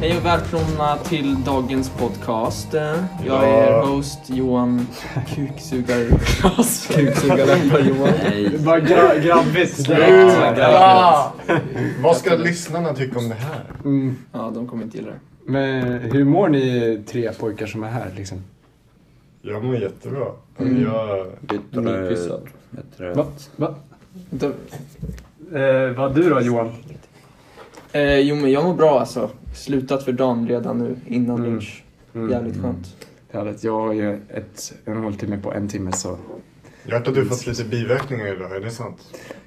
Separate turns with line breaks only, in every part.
Hej och välkomna till dagens podcast. Jag är er host Johan Kuksugar... Kuksugarläppar-Johan.
Bara gra grabbigt direkt.
Ja,
Ja. Vad ska lyssnarna tycka om det här?
Mm.
Ja, de kommer inte gilla det.
Men hur mår ni tre pojkar som är här liksom?
Jag mår jättebra.
Mm.
Jag,
eh,
Nypissad.
Va? Va?
Vänta.
Eh, vad du då Johan?
Eh, jo, men jag mår bra alltså. Slutat för dagen redan nu innan
Mm.
lunch.
Mm.
Jävligt skönt.
Härligt. Jag har ju ett, en håltimme på en timme så.
jag har hört att du fått lite biverkningar idag, är det sant?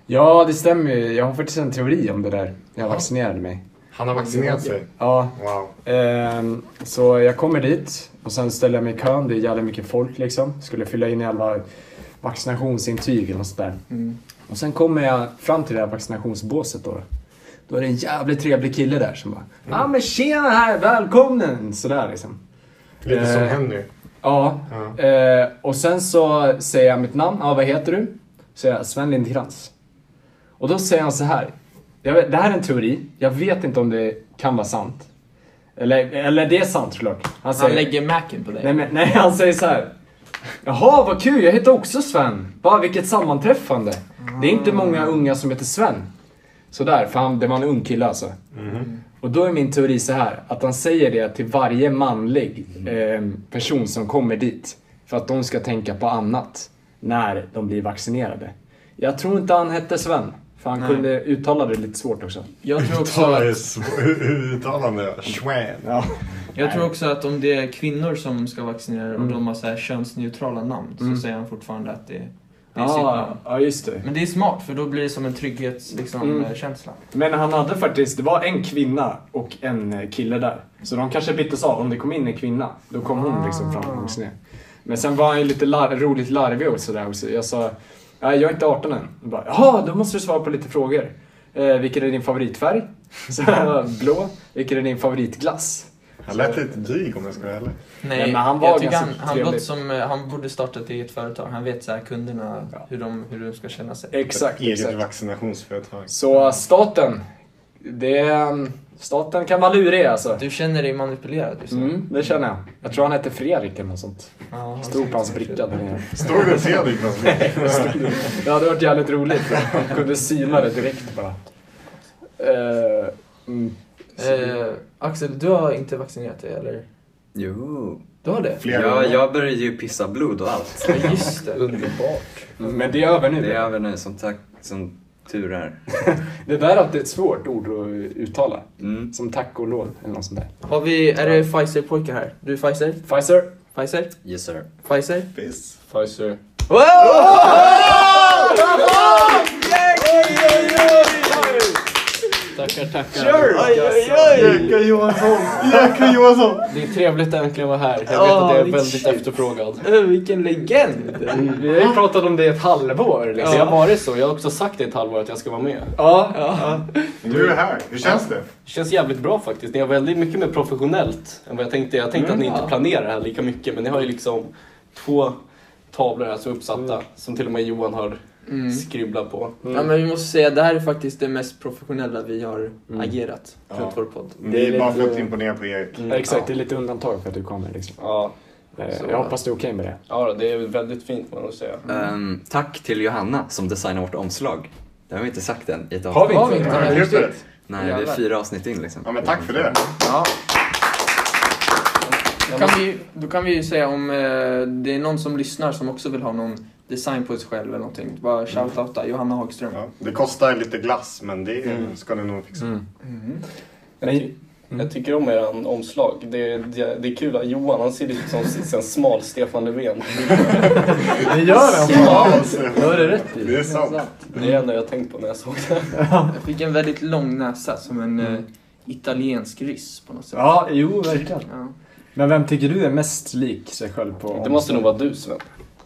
Ja, det stämmer ju. Jag har faktiskt en teori om det där. Jag vaccinerade mig.
Han har vaccinerat sig.
Ja,
Wow.
Ehm, Så jag kommer dit och sen ställer jag mig i kön. Det är jävligt mycket folk liksom. Skulle fylla in jävla vaccinationsintyg eller något sånt där.
Mm.
Och sen kommer jag fram till det här vaccinationsbåset då. Då är det en jävligt trevlig kille där som bara Ja ah, men tjena här, välkommen! Sådär liksom.
Lite som
Eh.
Henry.
Ja.
Ja.
Eh, och sen så säger jag mitt namn. Ja, vad heter du? Säger jag Sven Lindkrans. Och då säger han så här. Jag vet, det här är en teori. Jag vet inte om det kan vara sant. Eller, eller det är sant såklart. Han
Han
säger,
lägger macken på dig.
nej, men, nej, han säger så här. Jaha, vad kul. Jag heter också Sven. Bara vilket sammanträffande. Det är inte många unga som heter Sven. Sådär, för han, det var en ung kille alltså. Och då är min teori så här, att han säger det till varje manlig eh, person som kommer dit. För att de ska tänka på annat när de blir vaccinerade. Jag tror inte han hette Sven, för han
Nej.
kunde uttala det lite svårt också.
Jag tror också
Uttalar
att
det så- hur- Hur uttalar han det? Schwan.
Jag tror också att om det är kvinnor som ska vaccinera och
Mm.
de har så här könsneutrala namn så säger han fortfarande att det, det
Ah.
är sitt namn.
ja, just det.
Men det är smart för då blir det som en trygghetskänsla. Liksom,
Mm.
eh, känsla.
Men han hade faktiskt, det var en kvinna och en eh, kille där. Så de kanske byttes av. Om det kom in en kvinna, då kom hon liksom fram och ner. Men sen var han ju lite lar- roligt larvig och sådär också. Jag sa, nej jag är inte 18 än. Jag bara, Jaha, då måste du svara på lite frågor. Eh, vilken är din favoritfärg? Så jag, blå. Vilken är din favoritglass?
Han lät lite dryg om jag ska vara ärlig.
Nej,
Nej, men han var
jag tycker han,
ganska
han
trevlig.
låter som eh, han borde starta ett eget företag. Han vet så här, kunderna,
Ja.
hur, de, hur de ska känna sig.
Exakt,
Eget
exakt.
vaccinationsföretag.
Så eh, staten, det, är, eh, staten kan vara lurig alltså.
Du känner dig manipulerad just nu?
Mm, det känner jag. Jag tror han hette Fredrik eller något sånt.
Ja, han
Stod på hans
säger så.
bricka där nere.
Står det Fredrik någonstans?
Det hade varit jävligt roligt. Jag kunde syna det direkt bara. Eh, mm.
Eh, Axel, du har inte vaccinerat dig eller?
Jo.
Du har det?
Flera
Ja,
gånger.
jag började ju pissa blod och allt.
Ja, just det. Underbart.
Men det är över nu.
Det
Det,
är över nu, som, tack, som tur är.
där är alltid ett svårt ord att uttala.
Mm.
Som tack och lov eller något sånt där.
Har vi, är det Pfizer-pojkar här? Du är Pfizer?
Pfizer.
Pfizer?
Yes sir.
Pfizer?
Piss.
Pfizer.
Tackar, tackar.
alltså.
Jerka Johansson! Jerka Johansson!
Det är trevligt att äntligen vara här. Jag vet
Ja,
att jag är
det är
väldigt
kul.
efterfrågad.
Eh, Vilken legend!
Mm, Vi har ju pratat om det i ett halvår.
Det
Liksom.
har varit så. Jag har också sagt i ett halvår att jag ska vara med.
Ja.
Du är här, hur känns det?
Det känns jävligt bra faktiskt. Ni har väldigt mycket mer professionellt än vad jag tänkte. Jag tänkte att ni
Mm.
inte planerar det här lika mycket, men ni har ju liksom två tavlor här som är uppsatta, som till och med Johan har
Mm.
skribblat på.
Ja, men vi måste säga det här är faktiskt det mest professionella vi har
Mm.
agerat runt
Ja.
vår podd.
Det är bara för att
lite-
imponera på Erik.
Ja, Exakt, det är lite undantag för att du kommer. Liksom.
Ja,
Eh,
Så.
Jag hoppas det är okej med det.
ja då, det är väldigt fint man måste säga.
Ehm, tack till Johanna som designar vårt omslag. Det har vi inte sagt än i ett
Har vi
Har vi
inte?
inte?
Ja,
Nej,
just det.
Nej, det
Jävlar.
är fyra avsnitt in liksom.
Ja men tack för det.
Ja. Då kan, vi, då kan vi ju säga om eh, det är någon som lyssnar som också vill ha någon design på sig själv eller någonting. Bara shoutouta Johanna Hagström.
Ja, det kostar lite glass men det ska ni nog fixa.
Mm.
Jag, ty- jag tycker om eran omslag. Det, det, det är kul att Johan, han ser ut som en smal Stefan Löfven.
Det gör
Ja, alltså,
Det har du rätt i.
det är sant.
Det är det enda jag tänkt på när jag såg det.
Jag fick en väldigt lång näsa som en
Mm.
eh, italiensk ryss på något sätt.
Ja, jo, verkligen.
Ja.
Men vem tycker du är mest lik sig själv på
Det måste nog vara du Sven.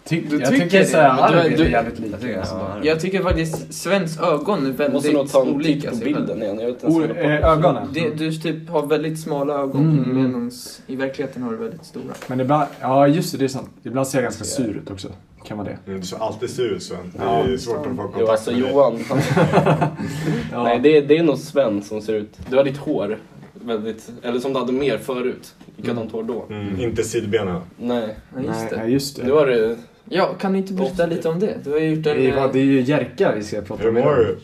Ty-
Du
jag
tycker
tycker
det?
såhär,
Men du-
Arvid är
du-
jävligt lik. alltså.
Ja,
Jag tycker faktiskt Svens ögon är
Jag måste nog
väldigt
ta en titt
olika
på
sig själv.
bilden igen. Jag vet inte ens
O-
vad jag pratar
eh,
om.
ögonen.
Det, du typ har väldigt smala ögon
Mm.
medans i verkligheten har du väldigt stora.
Men ibland, ja just det, det är sant. Ibland ser jag ganska sur ut också. Kan vara det.
Du ser alltid sur ut Sven. Det är ju svårt att få
Jo,
kontakt
alltså
med dig.
Johan. Han... Nej, det är, det är nog Sven som ser ut... Du har ditt hår
väldigt, eller som du hade mer förut. Likadant hår då.
Mm. Inte sidbenen.
Nej,
Ja, just det.
Nej, just
nu har du...
Ja, kan ni inte berätta lite om det? Du har ju gjort en...
Det är,
eh,
det är ju Jerka vi ska prata
Hur
med.
mår du,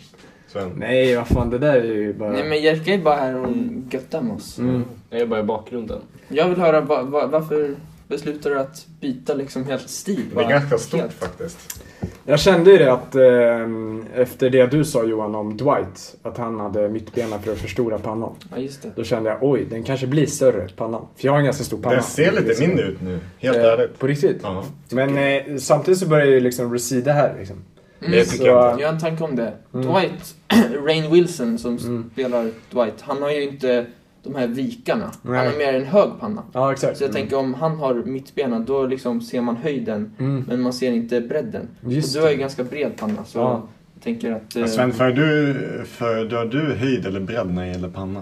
Sven?
Nej, vad fan, det där är ju bara...
Nej men Jerka är bara här och göttar med oss.
Mm.
Jag är bara i bakgrunden.
Jag vill höra, va, va, varför beslutar du att byta liksom helt stil?
Det är ganska
helt?
stort faktiskt.
Jag kände ju det att eh, efter det du sa Johan om Dwight, att han hade mittbena för att förstora pannan.
Ja, just det.
Då kände jag oj, den kanske blir större, pannan. För jag har en ganska stor panna. Liksom.
Den ser lite mindre ut nu, helt
Eh,
ärligt.
På riktigt?
Ja,
Men eh, samtidigt så börjar jag ju liksom resida här liksom.
Mm.
det tycker jag
Så-
inte.
Jag har en tanke om det.
Mm.
Dwight, Rain Wilson som
Mm.
spelar Dwight, han har ju inte de här vikarna. Han
Nej. Mm.
har mer en hög panna.
Ja, exakt.
Så jag tänker om han har mittbena, då liksom ser man höjden,
Mm.
men man ser inte bredden.
Just
och du har ju ganska bred panna, så
Ja.
jag tänker att... eh,
Men Sven, föredrar du, föredrar du höjd eller bredd när det gäller panna?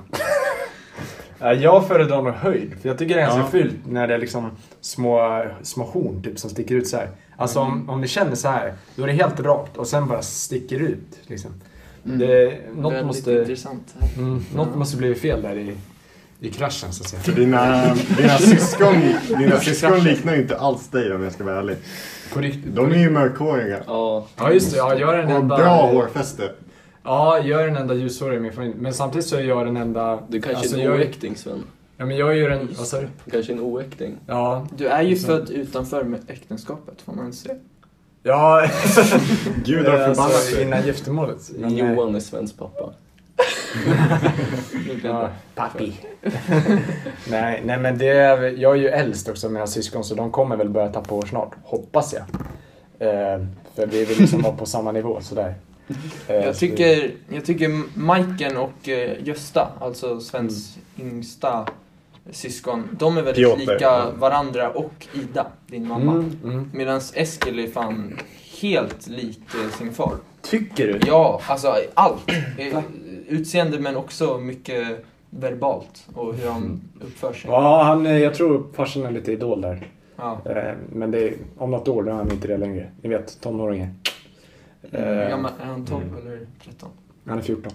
Ja, jag föredrar nog höjd, för jag tycker det är ganska
Ja.
fult när det är liksom små, små horn typ, som sticker ut så här. Alltså
Mm.
om, om ni känner så här, då är det helt rakt och sen bara sticker ut. Liksom.
mm.
Det,
Det är
något,
lite
måste,
intressant.
mm, något måste bli fel där i, i kraschen så att säga.
För dina, dina, syskon, dina syskon liknar ju inte alls dig om jag ska vara ärlig.
På riktigt.
De är ju mörkhåriga.
Ja,
Ja just det, ja, jag är den
Och
enda...
bra hårfäste.
Ja, jag är den enda ljushåriga i min familj. Men samtidigt så är jag den enda...
du kanske
alltså,
är en
jag, är-
oäkting Sven.
Ja men jag är ju den... Vad sa du?
Du kanske är en oäkting.
Ja.
Du är ju
Så.
född utanför med äktenskapet, får man säga.
Ja.
Gud har förbannat
alltså,
dig.
innan giftermålet. Men, eh,
Johan är Svens pappa.
Ja, pappi. nej, nej, men det är, jag är ju äldst också av mina syskon så de kommer väl börja tappa år snart, hoppas jag. Eh, för vi vill liksom vara på samma nivå sådär. Eh,
Jag
så
tycker, jag tycker Majken och eh, Gösta, alltså Svens
Mm.
yngsta syskon, de är väldigt
Piotr,
lika
ja.
varandra och Ida, din
vi-
mamma.
Mm, mm.
Medan Eskil är fan helt lik eh, sin far.
Tycker du?
Ja, alltså allt. Eh, Utseende men också mycket verbalt och hur han uppför sig.
Mm. Ja, han, eh, jag tror farsan är lite idol där.
Ja.
Eh, men det är, om något år då är han inte det längre. Ni vet, tonåringar.
Hur
Eh,
gammal är han? 12 eller 13?
han är 14.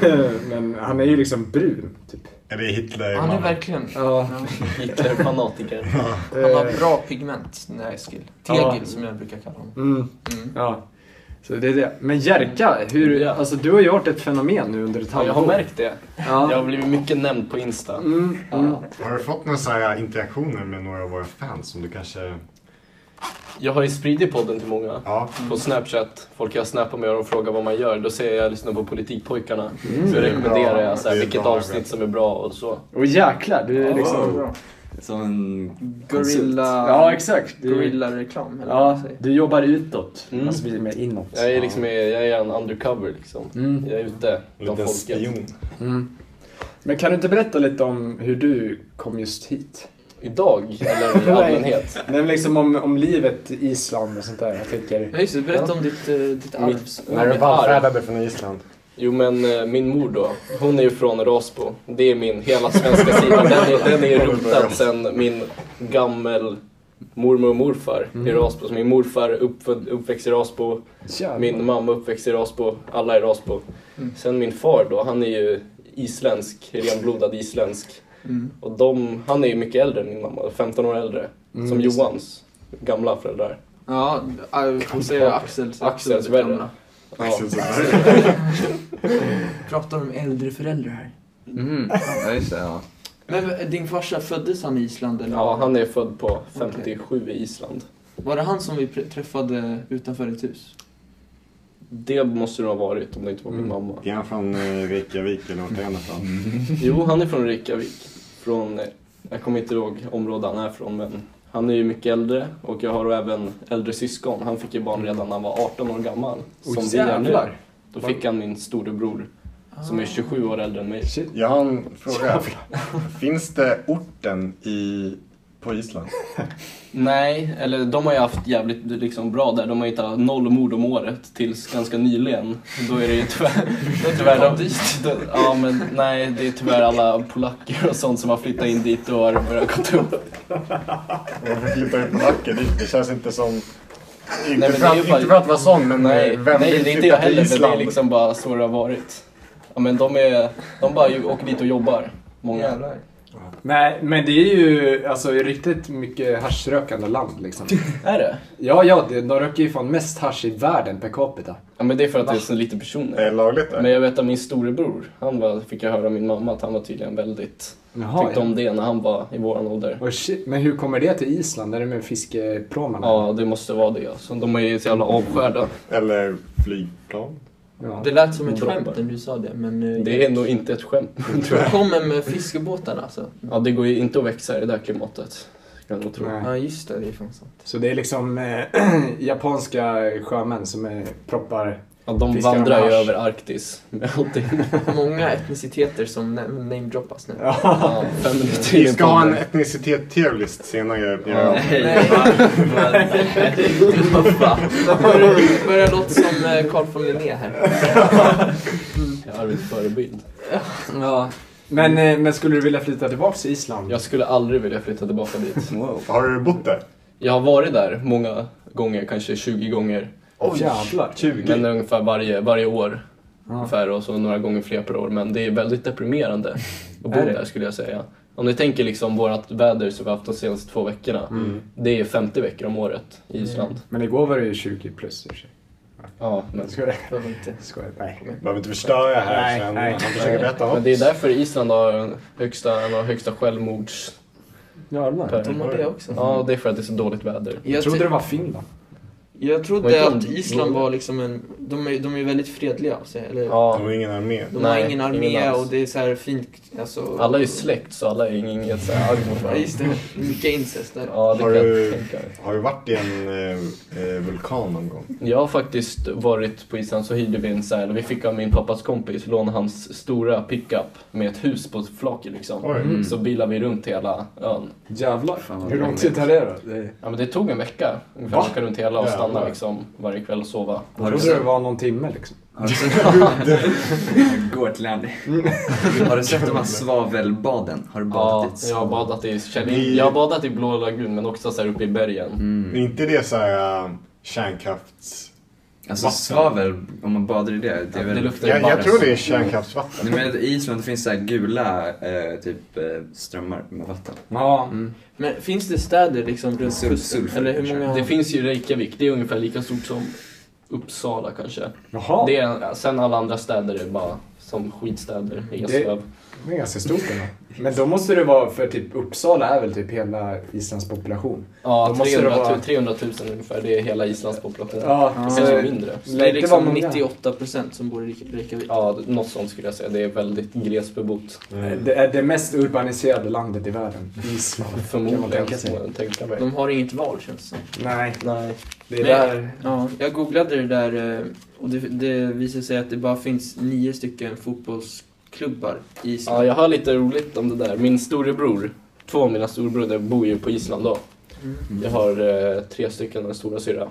men han är ju liksom brun, typ.
Är det Hitler?
Han är
man?
verkligen...
Ja.
Ja.
Hitler-fanatiker.
Han
Eh,
har bra pigment, den där Eskil.
Ja.
Tegel som jag brukar kalla honom.
Mm.
Mm.
Ja, så det är det. Men Jerka, hur, alltså, du har ju varit ett fenomen nu under ett
Ja,
halvår.
jag har märkt det. Jag
Ja.
har blivit mycket nämnd på Insta.
Mm, mm.
Ja.
Har du fått några så här interaktioner med några av våra fans som du kanske...
Jag har ju spridit podden till många.
Ja.
På Snapchat, folk jag snappar med och de frågar vad man gör, då säger jag jag lyssnar på Politikpojkarna.
Mm.
Så jag rekommenderar
Bra.
jag så här,
Det är
vilket
bra,
avsnitt som är bra och så.
Och jäklar, du är
Ja,
liksom...
bra.
Som en
Gorilla...
Ja, exakt. Du,
Gorilla-reklam, eller vad
ja,
man säger.
du jobbar utåt,
Mm.
alltså vi är med inåt.
Jag är liksom jag är en undercover liksom.
Mm.
Jag är ute
En
bland
liten
folket.
spion.
Mm. Men kan du inte berätta lite om hur du kom just hit?
Idag, eller i
Nej.
allmänhet.
Men liksom om, om livet i Island och sånt där. Jag
Ja,
tänker...
just det. Berätta om ditt, eh, ditt arvs...
När
När
du
du
Mitt vallfärdade
vallfärdade från Island.
Jo men eh, min mor då, hon är ju från Rasbo. Det är min hela svenska sida. Den är, den är ju rotad sen min gammel mormor och morfar
Mm.
i Rasbo. Så min morfar uppfödd, uppväxt i Rasbo,
Jävlar.
min mamma uppväxt i Rasbo, alla är i Rasbo.
Mm.
Sen min far då, han är ju isländsk, renblodad isländsk.
Mm.
Och de, han är ju mycket äldre än min mamma, 15 år äldre.
Mm,
Som
just det.
Johans gamla föräldrar.
Ja, äh, och säga Axels...
Axels värre.
gamla.
Ja.
Pratar om äldre föräldrar här.
Mm. Ja, just det. Ja.
Men eh, din farsa, föddes han i Island eller?
ja, han är född på 57 i Island.
Var det han som vi pr- träffade utanför ditt hus?
Det måste det ha varit om det inte var min
Mm.
mamma.
Är han från eh, Reykjavik eller vart är han ifrån?
Jo, han är från Reykjavik. Från, jag kommer inte ihåg området han är från, men han är ju mycket äldre och jag har även äldre syskon. Han fick ju barn redan när han var 18 år gammal.
Oj,
Som vi är nu.
jävlar.
Då fick han min storebror
Ah.
som är 27 år äldre än mig.
Shit.
Jag har en fråga. Finns det orten i, på Island?
Nej, eller de har ju haft jävligt liksom, bra där. De har ju inte haft noll mord om året tills ganska nyligen. Då är det ju tyvärr... Då är tyvärr de, då, ja, men nej, det är tyvärr alla polacker och sånt som har flyttat in dit och har börjat gå upp.
Varför flyttar ju polacker dit? Det känns inte som... Inte,
men det
för,
är
att,
ju
inte
bara-
för att vara sån, men
Nej,
eh, vem
nej
vill
det är inte
flytta
jag
till
heller, men det är
Island?
liksom bara så det har varit. Ja, men de, är, de bara ju- åker dit och jobbar. Många.
Jävlar.
Nej, men det är ju alltså riktigt mycket haschrökande land liksom.
Är det?
Ja, ja, det- de röker ju fan mest hasch i världen per capita.
Ja, men det är för att det är så lite personer.
Är det lagligt där?
Men jag vet att min storebror, han var, fick jag höra av min mamma att han var tydligen väldigt,
Jaha,
tyckte
ja.
om det när han var i våran ålder.
Och shit, men hur kommer det till Island? Är det med fiskepråmarna?
Ja, det måste vara det alltså. De är ju så jävla avskärda.
Eller flygplan?
Ja.
Det lät som ett
Droppar.
skämt när du sa det, men... eh,
Det är nog inte ett skämt.
Du kommer med fiskebåtarna alltså?
Ja, det går ju inte att växa i det där klimatet. Kan jag nog tro.
Nej.
Ja, just det. Det är fan sant.
Så det är liksom eh, japanska sjömän som är proppar.
Ja, de
Fiskar med
vandrar ju
hasch.
över Arktis med allting.
Många etniciteter som na- namedroppas nu.
Ja, fem minuter
Vi
in
ska
på
ha en
det.
etnicitet-tier-list senare.
Ja.
Ja.
Nej.
Nej.
va? Va? Nej. Vad fan?
Börjar- Börjar låta som eh, Carl von Linné här.
Jag är Arvid förebild.
Ja.
Men, eh, men skulle du vilja flytta tillbaka till Island?
Jag skulle aldrig vilja flytta tillbaka dit.
Wow.
Har du bott där?
Jag har varit där många gånger, kanske 20 gånger.
Oj, jävlar.
20? Men ungefär varje, varje år.
Ja.
Ungefär och så några gånger fler per år. Men det är väldigt deprimerande att bo
Är det?
där skulle jag säga. Om ni tänker liksom vårt väder som vi har haft de senaste två veckorna.
Mm.
Det är 50 veckor om året i Island.
Men igår var det ju 20 plus i och för sig.
Ja, men,
Skojar.
Behöver inte.
Skojar. Nej.
Behöver inte förstöra här
Nej,
sen.
nej.
Han försöker berätta
men
något.
det är därför Island har den högsta, en av högsta självmords...
Jävlar.
De har det också.
Ja, det är för att det är så dåligt väder.
Jag
Jag,
trodde
tro-
det var Finland.
jag
Vad
trodde
är de?
att Island var liksom en... De är, de är väldigt fredliga av sig. Eller,
Ja,
De har ingen armé.
De
Nej,
har ingen
ingen
armé
alls.
och det är så här fint... Alltså,
alla är ju släkt så alla är inget så här arg mot
Ja,
varandra.
just det. Mycket incest där.
Ja, det
Har
kan jag
du-
tänka mig.
Har du varit i en eh, eh, vulkan någon gång?
Jag har faktiskt varit på Island så hyrde vi en så här, eller vi fick av min pappas kompis låna hans stora pickup med ett hus på flaket liksom.
Oj.
Mm.
Så bilade vi runt hela ön.
Jävlar.
Fan, vad
Hur lång
roligt.
tid tar det då? Det...
Ja men det tog en vecka ungefär
Va?
att åka runt hela och stanna
Jävlar.
liksom varje kväll och sova.
Har
Jag
du
trodde det
sett?
var någon timme liksom.
Har du sett? Gå till Andy. Har du sett de här svavelbaden? Har du
Ja,
badat dit?
jag har badat i Kjellin.
Ni-
Jag har badat i Blå lagun men också så här uppe i bergen.
Mm.
Är inte det så här eh, kärnkrafts...
Alltså
Vatten.
svavel, om man badar i det, det
Ja,
är väl...
det luktar ju
Jag,
bara
jag tror det är kärnkraftsvatten.
Nej, men I Island finns så här gula eh, typ eh, strömmar med vatten.
Ja.
Mm.
Men finns det städer liksom runt
Sul-
kusten?
sulfur,
Eller hur
kanske.
många...
Det finns ju Reykjavik, det är ungefär lika stort som Uppsala kanske.
Jaha.
Det är, sen alla andra städer är bara som skitstäder. Eslöv.
Det är ganska stort ändå. Men då måste det vara, för typ Uppsala är väl typ hela Islands population?
Ja,
Då måste det
300,
vara-
300 000 ungefär. Det är hela Islands population.
Ja,
Kanske
så
mindre.
Det är
det var
liksom
många.
98% som bor i Reyk- Reykjavik.
Ja, något sånt skulle jag säga. Det är väldigt glesbebott.
Mm.
det är det mest urbaniserade landet i världen. Island. Kan man
Förmodligen,
tänka sig.
kan man tänka mig.
De har inget val känns det som.
Nej,
Nej.
det är
Nej.
där.
Ja, jag googlade det där eh, och det, det visade sig att det bara finns nio stycken fotbollsklubbar i
Ja,
Island.
jag har lite roligt om det där. Min storebror, två av mina storebröder bor ju på Island då.
Mm.
Jag har eh, tre stycken och en stora syra.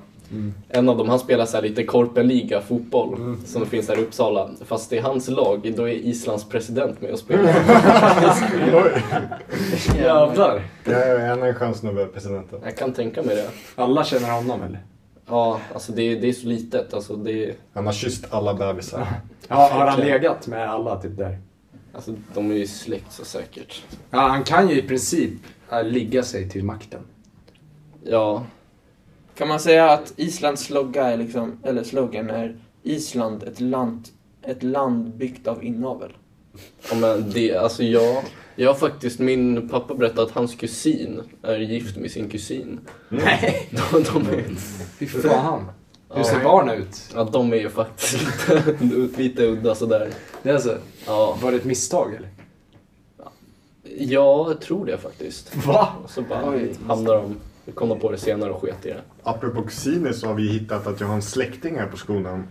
En av dem, han spelar så här lite korpenliga fotboll
Mm.
som finns här i Uppsala. Fast i hans lag, då är Islands president med och spelar.
Mm. Oj.
Jävlar.
Det är en chans nu med presidenten.
jag kan tänka mig det.
Alla känner honom eller?
Ja, alltså det, det är så litet. Alltså det,
Han har kysst alla bebisar.
Ja, har han legat med alla typ där?
alltså de är ju släkt så säkert.
Ja, han kan ju i princip äh, ligga sig till makten.
Ja,
Kan man säga att Islands logga är liksom, eller slogan är Island, ett land, ett land byggt av inavel?
Ja, men det, alltså jag, jag har faktiskt, min pappa berättade att hans kusin är gift med sin kusin. Nej! De, de, är,
Fy Mm. fan. Hur ser
Ja.
barnen ut?
ja, de är ju faktiskt lite, lite udda sådär.
Det är alltså,
Ja,
var det ett misstag eller?
jag tror det faktiskt.
Va?
Och så bara
Oj.
hamnar de, kom de på det senare och sket i det.
Apropå kusiner så har vi hittat att jag har en släkting här på skolan.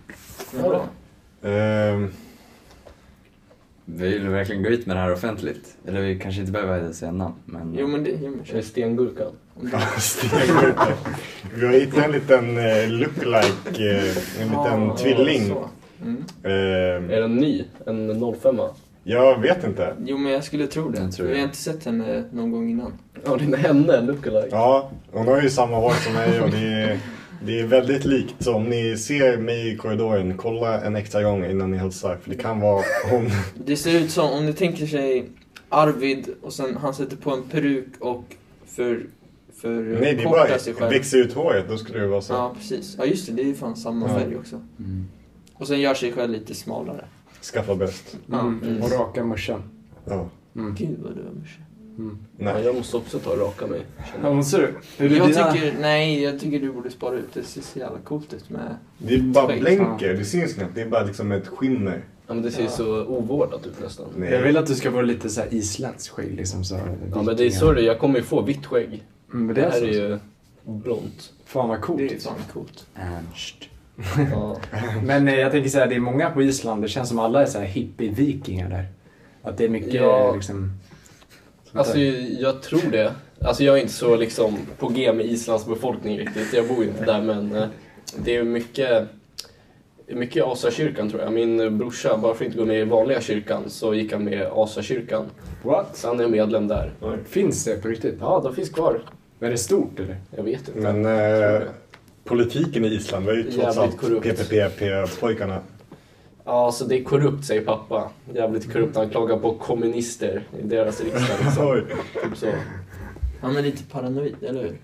Ja.
Ehm,
Vi vill verkligen gå ut med det här offentligt. Eller vi kanske inte behöver säga namn, men...
Jo men det... Jo, men
Är det
känns-
stengurkan?
Stenhårt. Vi har hittat en liten eh, lookalike, eh, en liten
Ja,
tvilling.
Ah, så. Mm.
Eh,
Är den ny? En 05
jag vet inte.
Jo men jag skulle tro det.
Jag tror
Vi har
det.
inte sett henne någon gång innan.
Ja, det är henne, lookalike.
Ja, hon har ju samma hår som mig och det är Det är väldigt likt, så om ni ser mig i korridoren, kolla en extra gång innan ni hälsar. För det kan vara hon.
Det ser ut som, om ni tänker sig Arvid och sen han sätter på en peruk och för, för
Nej, det är
kortar sig
bara
själv.
växer ut håret. Då skulle det vara så.
Ja, precis. Ja, just det. Det är ju fan samma
Ja.
färg också.
mm.
Och sen gör sig själv lite smalare.
Skaffa bäst.
Ja,
Mm.
Och
precis.
raka morsan.
Ja.
Mm.
Gud vad du är morsa.
Ja,
Nej.
jag måste också ta och raka mig.
Ja, men ser du? Hur är
Jag
dina-
tycker, nej, jag tycker du borde spara ut. Det ser så jävla coolt ut med...
Det är bara
Skit.
blänker, det syns knappt. Det är bara liksom ett skimmer.
Ja, men det ser ju så ovårdat ut nästan.
Nej.
Jag vill att du ska vara lite så här isländsk skägg liksom så.
Ja, men det är sorry, jag kommer ju få vitt skägg.
Mm, men
Det här
så.
är ju blont.
Fan vad coolt.
Det är fan coolt.
Ernst.
Ja.
Men eh, jag tänker så här, det är många på Island. Det känns som alla är så här hippie-vikingar där. Att det är mycket
Ja.
eh, liksom... sånt där.
Alltså, jag tror det. Alltså, jag är inte så liksom på G med Islands befolkning riktigt. Jag bor ju inte där, men eh, det är mycket, mycket Asakyrkan tror jag. Min brorsa, bara för att inte gå med i vanliga kyrkan, så gick han med i Asakyrkan.
What?
Så han är medlem där.
Finns det på riktigt?
Ja, de finns kvar.
Är det stort eller?
Jag vet inte.
Men eh, politiken i Island var ju trots
Jävligt
allt
korrupt.
PPP-pojkarna.
Ja, så det är korrupt, säger pappa. Jävligt korrupt. Han klagar på kommunister i deras riksdag. Liksom.
Oj.
typ så.
Han är lite paranoid, eller hur?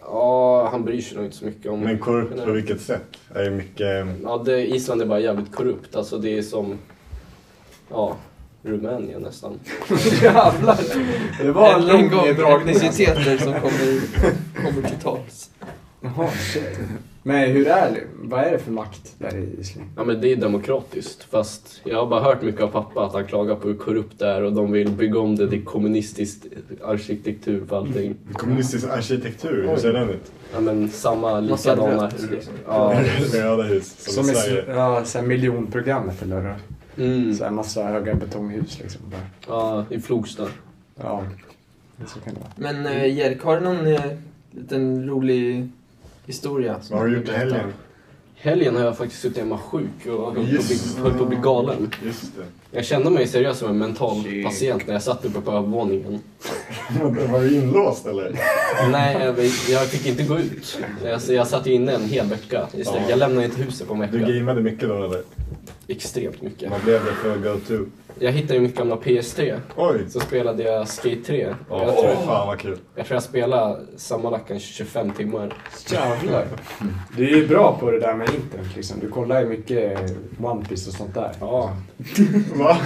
Ja, han bryr sig nog inte så mycket om...
Men korrupt på vilket sätt? Det är mycket... eh,
Ja, det, Island är bara jävligt korrupt. Alltså det är som... Ja, Rumänien nästan.
Jävlar! Det var en
en
lång
gång
dragning. alltså.
etniciteter som kommer, kommer till tals.
Jaha, shit. Men hur är det? Vad är det för makt där i Island?
Ja, men det är demokratiskt. Fast jag har bara hört mycket av pappa att han klagar på hur korrupt det är och de vill bygga om det till kommunistisk arkitektur för allting.
Kommunistisk arkitektur, hur ser den ut?
Ja, men samma
Massa
likadana...
rött, liksom.
Ja.
Röda hus, som,
Som
i
är
Sverige.
så- ja, så här miljonprogrammet eller? hur?
Mm.
Så här massa höga betonghus liksom. Bara.
ja, i Flogsta.
Ja, så kan det vara.
Men eh, Jerk, har du någon eh, liten rolig historia? som
Vad har du
vill
gjort i
berätta?
helgen?
Helgen har jag faktiskt suttit hemma sjuk och höll på att
Just
bli- höll på att bli galen.
Just det.
Jag kände mig seriös som en mental patient när jag satt uppe på övervåningen.
Var du inlåst eller?
Nej, jag, jag fick inte gå ut. Alltså, jag satt ju inne en hel vecka i sträck.
Ja.
Jag lämnade inte huset på en
Du
vecka.
gameade mycket då eller?
Extremt mycket.
Vad blev det för go-to?
Jag hittade ju mitt gamla PS3.
Oj!
Så spelade jag Skate 3.
Ja,
Jag, tror,
Fan vad kul.
jag tror jag spelade sammanlagt en 25 timmar.
Jävlar. Du är ju bra på Mm. det där med internet liksom. Du kollar ju mycket One Piece och sånt där.
Ja,
Va?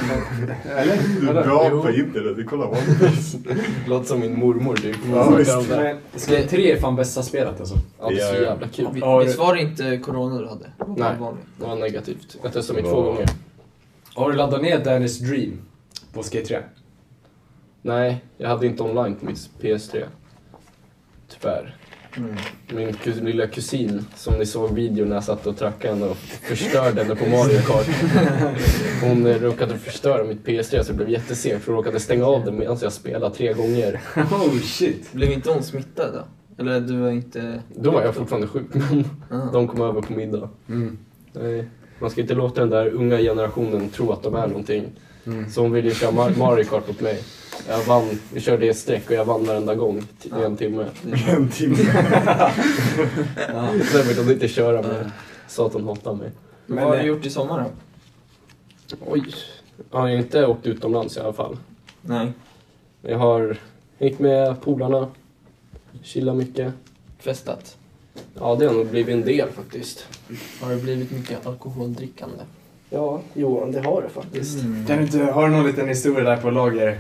Eller?
Du är
Vadå?
bra
Jo.
på internet, du kollar One Piece.
låter som min mormor typ.
Ja,
Snackar
visst.
om det.
Men Skate 3 E är fan bästa spelet alltså.
Ja, det är så jävla kul.
Vi-
Har du-
Visst var det inte corona du hade? Det var
Nej.
vanligt.
Det var negativt. Jag testade mig
Ja.
två gånger.
Har du laddat ner Dennis Dream på E Skate 3?
Nej, jag hade inte online på mitt PS3. Tyvärr.
Mm.
Min kus- lilla kusin, som ni såg i videon när jag satt och trackade henne och förstörde henne på Mario Kart. Hon eh, råkade förstöra mitt PS3 så det blev jättesegt för hon råkade stänga av det medan jag spelade tre gånger.
Oh shit.
Blev inte hon smittad då? Eller du var inte...
Då var jag fortfarande sjuk, men
Ah.
de kom över på middag.
Mm.
Nej, man ska inte låta den där unga generationen tro att de är någonting.
Mm.
Så hon ville ju köra Mar- Mario Kart mot mig. Jag vann, vi körde i ett streck och jag vann varenda gång i en timme.
En timme.
Sen ville hon inte köra mer. Sa att hon hatade mig.
Men,
Men,
vad har du
eh,
gjort i sommar då?
Oj. Jag har inte åkt utomlands i alla fall.
Nej.
Jag har hängt med polarna, chillat mycket.
Festat?
Ja, det har nog blivit en del faktiskt.
Har det blivit mycket alkoholdrickande?
Ja, Johan, det har det faktiskt.
Mm.
Kan du inte, har du någon liten historia där på lager?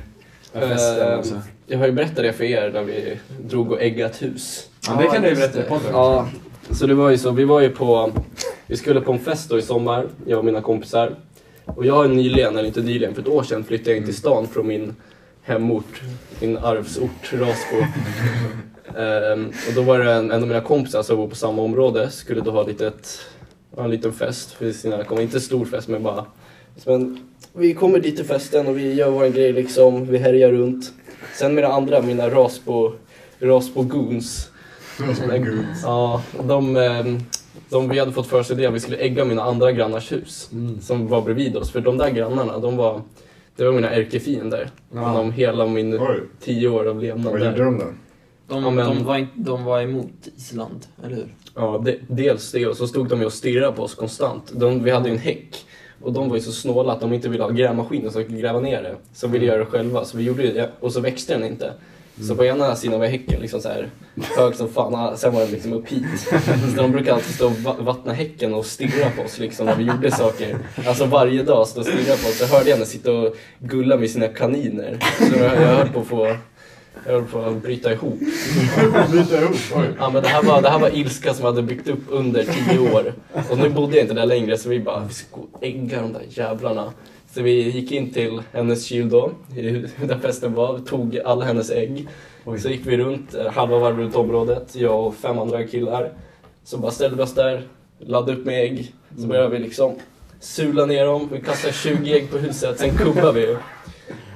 Eh,
Festen, alltså.
Jag har ju berättat det för er när vi drog och äggade ett hus.
Ja, det kan du ju
just
berätta i
det.
podden.
Ja, så det var ju så. Vi var ju på... Vi skulle på en fest då i sommar, jag och mina kompisar. Och jag har nyligen, eller inte nyligen, för ett år sedan flyttade jag in till stan från min hemort, min arvsort Rasbo. Ehm, och då var det en, en av mina kompisar som bor på samma område, skulle då ha litet, ha en liten fest för sina kompisar. Inte stor fest men bara... Men vi kommer dit till festen och vi gör vår grej liksom, vi härjar runt. Sen mina andra, mina Rasbo, Rasbo Goons. Ja, de, ehm, de, vi hade fått för sig det, vi skulle ägga mina andra grannars hus
Mm.
som var bredvid oss. För de där grannarna, de var, det var mina ärkefiender.
Ja.
Genom hela min
Oj,
tio år av levnad
vad
där.
gjorde de då?
De,
Ja, men-
de, var, inte- de var emot Island, eller hur?
Ja, de, dels det och så stod de ju och stirrade på oss konstant. De, vi hade ju en häck och de var ju så snåla att de inte ville ha grävmaskiner som kunde gräva ner det. Så de ville göra det själva, så vi gjorde ju det och så växte den inte. Så på ena sidan var häcken liksom så här hög som fan, ah, sen var den liksom upp hit. Så de brukade alltid stå och va- vattna häcken och stirra på oss liksom när vi gjorde saker. Alltså varje dag stå och stirra på oss. Jag hörde henne sitta och gulla med sina kaniner. Så jag, jag höll på att få, jag höll på att bryta ihop.
Byta ihop, oj.
Ja, men det, här var, det här var ilska som jag hade byggt upp under tio år. Och nu bodde jag inte där längre så vi bara, vi ska gå och ägga de där jävlarna. Så vi gick in till hennes kyl då, i- där festen var, tog alla hennes ägg. Så gick vi runt, eh, halva varv runt området, jag och fem andra killar. Så bara ställde vi oss där, laddade upp med ägg. Så började vi liksom sula ner dem, vi kastade 20 ägg på huset, sen kubbar vi.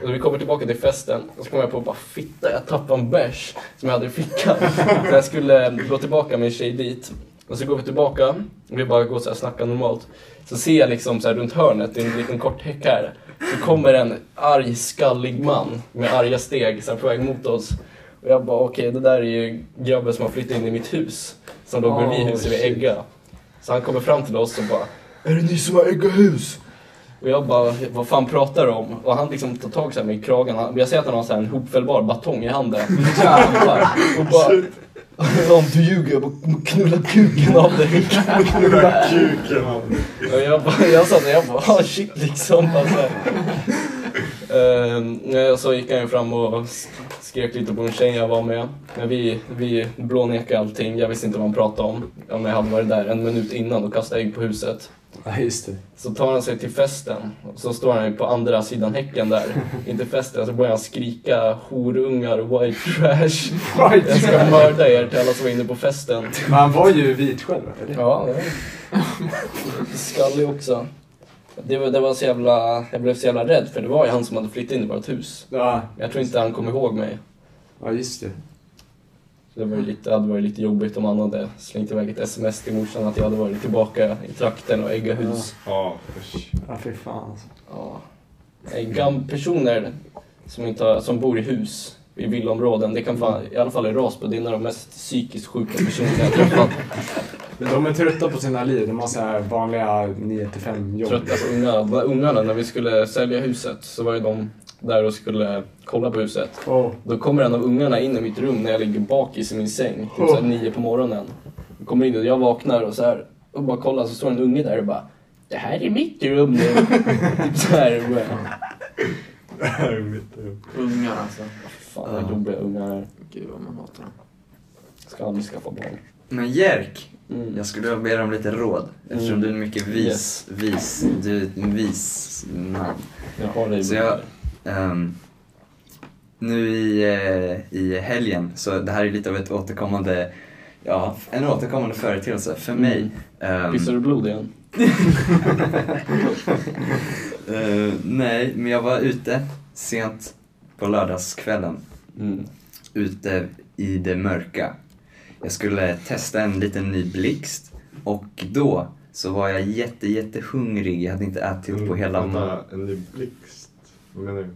Och vi kommer tillbaka till festen och så kommer jag på bara fitta, jag tappade en bärs som jag hade i fickan. Så jag skulle gå tillbaka med en tjej dit. Och så går vi tillbaka, och vi bara går så här och snackar normalt. Så ser jag liksom så här runt hörnet, det är en liten kort häck här. Så kommer en arg, skallig man med arga steg så här på väg mot oss. Och jag bara okej, det där är ju grabben som har flyttat in i mitt hus. Som låg bredvid
Oh,
huset vid
shit.
Egga. Så han kommer fram till oss och bara Är det ni som har Egga hus? Och jag bara, vad fan pratar du om? Och han liksom tar tag så här med kragen. Han- Jag ser att han har så här en hopfällbar batong i handen. Jävlar! Och bara... Om du ljuger, jag bara knulla kuken av dig.
Knulla kuken av
Och jag bara, jag sa det, jag bara, ah, shit liksom. Alltså. Ehm, ja, så gick han ju fram och s- skrek lite på en tjej jag var med. Men vi, vi blånekade allting, jag visste inte vad han pratade om. Om jag hade varit där en minut innan och kastat ägg på huset.
Ja, just det.
Så tar han sig till festen, och så står han ju på andra sidan häcken där, inte festen, så börjar han skrika horungar, white trash. Jag ska mörda er till alla som är inne på festen.
Men han var ju vit själv, eller?
Ja, ja. Skallig också. Det var, det var så jävla, jag blev så jävla rädd för det var ju han som hade flyttat in i vårt hus.
Ja,
Men Jag tror inte han kom ihåg mig.
ja just det.
Så Det var ju lite, det hade varit lite jobbigt om han hade slängt iväg ett sms till morsan att jag hade varit tillbaka i trakten och äggat hus.
Ja, usch.
Ja, fy fan alltså.
Ja. Eh, Gam personer som, inte har, som bor i hus i villaområden, det kan fan, i alla fall i Rasbo, det är en av de mest psykiskt sjuka personerna jag träffat.
De är trötta på sina liv. De har så här vanliga 9-5 jobb.
Trötta på unga, när- ungarna. När vi skulle sälja huset så var ju de där och skulle kolla på huset.
Åh.
Då kommer en av ungarna in i mitt rum när jag ligger bakis i min säng, typ såhär nio på morgonen. Då kommer in och jag vaknar och så här och bara kollar så står en unge där och bara Det här är mitt rum nu. typ såhär.
Det här är mitt rum.
Ungar alltså.
Fan vad jobbiga ungar är.
Gud vad man hatar dem.
Ska aldrig skaffa barn.
Men Jerk,
Mm.
jag skulle vilja be dig om lite råd. Eftersom
Mm.
du är en mycket vis, vis, du är ett vis man.
Jag har dig
Så jag- Ehm, nu i, eh, i helgen, så det här är lite av ett återkommande, ja, en återkommande företeelse för
Mm.
mig. Ehm,
Pissar du blod igen?
eh, nej, men jag var ute sent på lördagskvällen. Mm. ute i det mörka. Jag skulle testa en liten ny blixt och då så var jag jätte, jätte hungrig. Jag hade inte ätit Typ på hela...
Vänta, en ny blixt. Vad menar du?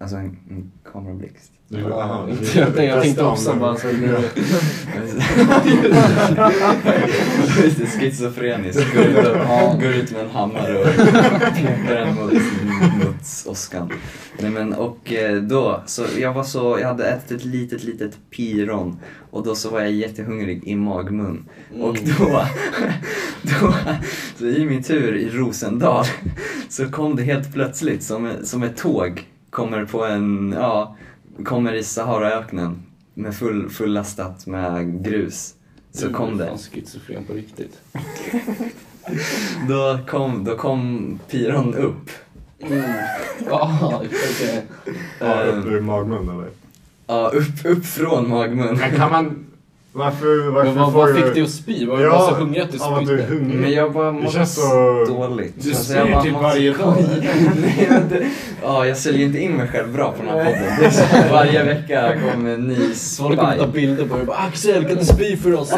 Alltså en, en kamerablixt.
Du, aha, du-
Jag tänkte- jag tänkte också
Festa om
bara
Alltså,
den.
så nu-
Just det, schizofreniskt. Går ut, går ut med en hammare och knäcker den mot, mot åskan. Nej men och eh, då, så jag var så, jag hade ätit ett litet, litet piron och då så var jag jättehungrig i magmun. Och då, då, så i min tur i Rosendal så kom det helt plötsligt som, som ett tåg kommer på en, ja, kommer i Saharaöknen med full, fullastat med grus. Så kom
Du är
det.
fan schizofren på riktigt.
Då kom, då kom piron upp.
Ah, okej.
Ja,
Eh,
upp ur magmun eller?
Ja, upp, upp från magmun.
Men kan man... Varför, varför
Men vad,
får
vad
du...
fick dig att spy? Var du bara så hungrig att du
av att du är
spydde?
hungrig.
Men jag bara
Det
mådde
känns så-
dåligt.
Du
Alltså, jag
ser
bara
typ
mådde-
varje dag.
Nej, men det- Ja, jag säljer inte in mig själv bra på den här podden. Det är så här, varje vecka kommer en ny
Folk kommer ta
spaj.
bilder på dig och bara Axel kan du spy för oss?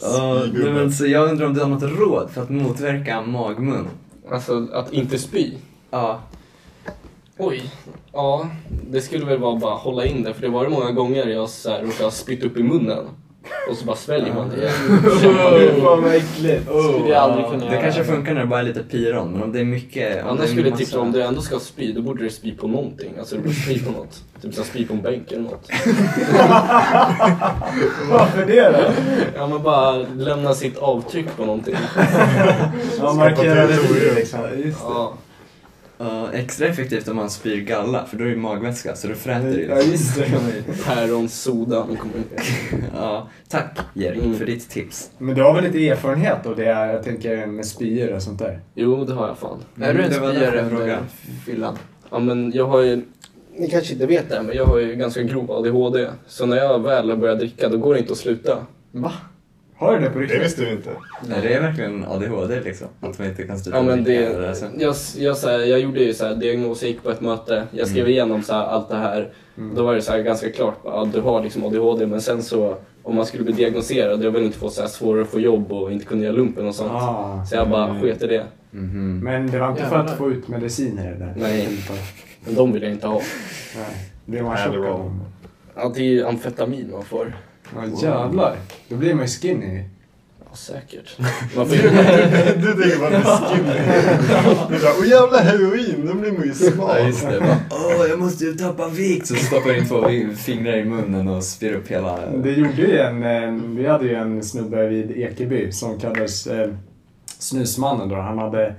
Ja, nej, men så jag undrar om du har något råd för att motverka magmun?
Alltså att inte spy.
Ja.
Oj, ja. Det skulle väl vara bara hålla in det för det var det många gånger jag så här, råkade spytt upp i munnen. Och så bara sväljer man det.
Fy fan vad äckligt. Oh.
Skulle jag aldrig kunna
Det
göra.
kanske funkar när det bara är lite piron, men om det är mycket... om det är
Annars skulle jag
massa-
tycka om du ändå ska spy, då borde du spy på någonting. Alltså du borde spy på något. Typ så här, spy på en bänk eller något.
Varför det då?
Ja men bara lämna sitt avtryck på någonting.
Man markerar
territorium.
det liksom. Just det.
Ja.
Ja, extra effektivt om man spyr galla, för då är det ju magvätska, så då fräter det ju.
Ja just det.
Päronsoda. man kommer ihåg.
Ja, tack Jerry
Mm.
för ditt tips.
Men du har väl lite erfarenhet av det, jag tänker med spyor och sånt där?
Jo det har jag fan.
Är du en
Det var därför
spyare
jag frågade.
under
eh,
fyllan?
Ja men jag har ju, ni kanske inte vet det här, men jag har ju ganska grov ADHD. Så när jag väl börjar dricka då går det inte att sluta.
Va?
Har du det på
Det
riktigt?
visste vi inte.
Nej, det är verkligen ADHD liksom, att man inte kan styra
Ja men det,
blicken eller så.
jag, jag, så här, jag gjorde ju så här diagnos, jag gick på ett möte, jag skrev igenom så här, allt det här. Då var det så här ganska klart, bara, ja, du har liksom ADHD men sen så om man skulle bli diagnoserad, jag ville inte få så här svårare att få jobb och inte kunna göra lumpen och sånt.
Ah.
Så jag bara
Mm.
sket i det.
Mhm.
Men det var inte för
Jävlar.
att få ut mediciner eller?
Nej. Men de vill jag inte ha.
Nej. Blir man tjock
Adderall.
av dem?
Ja, det är ju amfetamin man får.
Ja jävlar. Då blir man ju skinny.
Ja, säkert. Man får ju
Du tänker bara det är Åh jävla heroin, då blir man ju
Ja
smal.
just det, bara, åh jag måste ju tappa vikt! Så stoppar jag in två vi- fingrar i munnen och spyr upp hela...
Det gjorde ju en, eh, vi hade ju en snubbe vid Ekeby som kallades eh, Snusmannen då. Han hade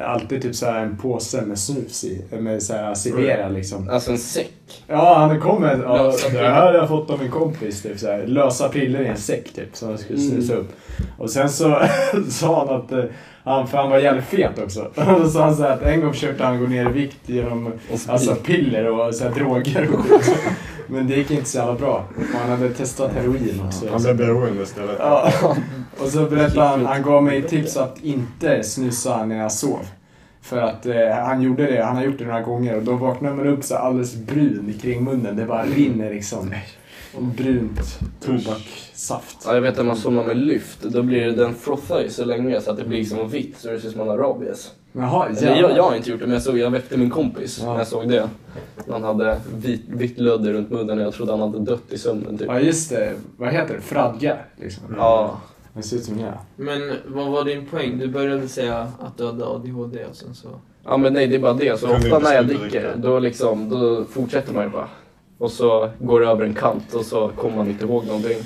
alltid typ så här en påse med snus i, med så här Sibera liksom.
Alltså en säck.
Ja, han kom med, ja,
Lösa
det
piller.
här har jag fått av min kompis, typ så här, lösa piller i en säck typ som han skulle
Mm.
snusa upp. Och sen så sa han att, eh, han, för han var jävligt fet också, då sa han så här att en gång försökte han gå ner i vikt genom alltså, piller och så här, droger och skit. Men det gick inte så jävla bra. Och han hade testat heroin också.
Han blev beroende istället.
Ja. Och så berättade han, han gav mig tips att inte snusa när jag sov. För att eh, han gjorde det, han har gjort det några gånger och då vaknar man upp så här alldeles brun kring munnen. Det bara rinner liksom. Brunt tobakssaft.
Ja, jag vet att man somnar med lyft, då blir det, den frothar ju så länge så att det blir liksom vitt så det ser ut som man har rabies.
Jaha,
Eller jag, jag har inte gjort det men jag, såg, jag väckte min kompis
Ja.
när jag såg det. Han hade vit, vitt lödder runt munnen och jag trodde han hade dött i sömnen typ.
Ja just det, vad heter det? Fradga liksom.
Ja.
Det ser ut som jag.
Men vad var din poäng? Du började säga att du hade ADHD och sen så...
ja men nej det är bara det. Så
Kan du
ofta
inte
när jag
sluta
dricker
dricka?
då, liksom, då fortsätter man ju bara. Och så går det över en kant och så kommer man inte ihåg någonting.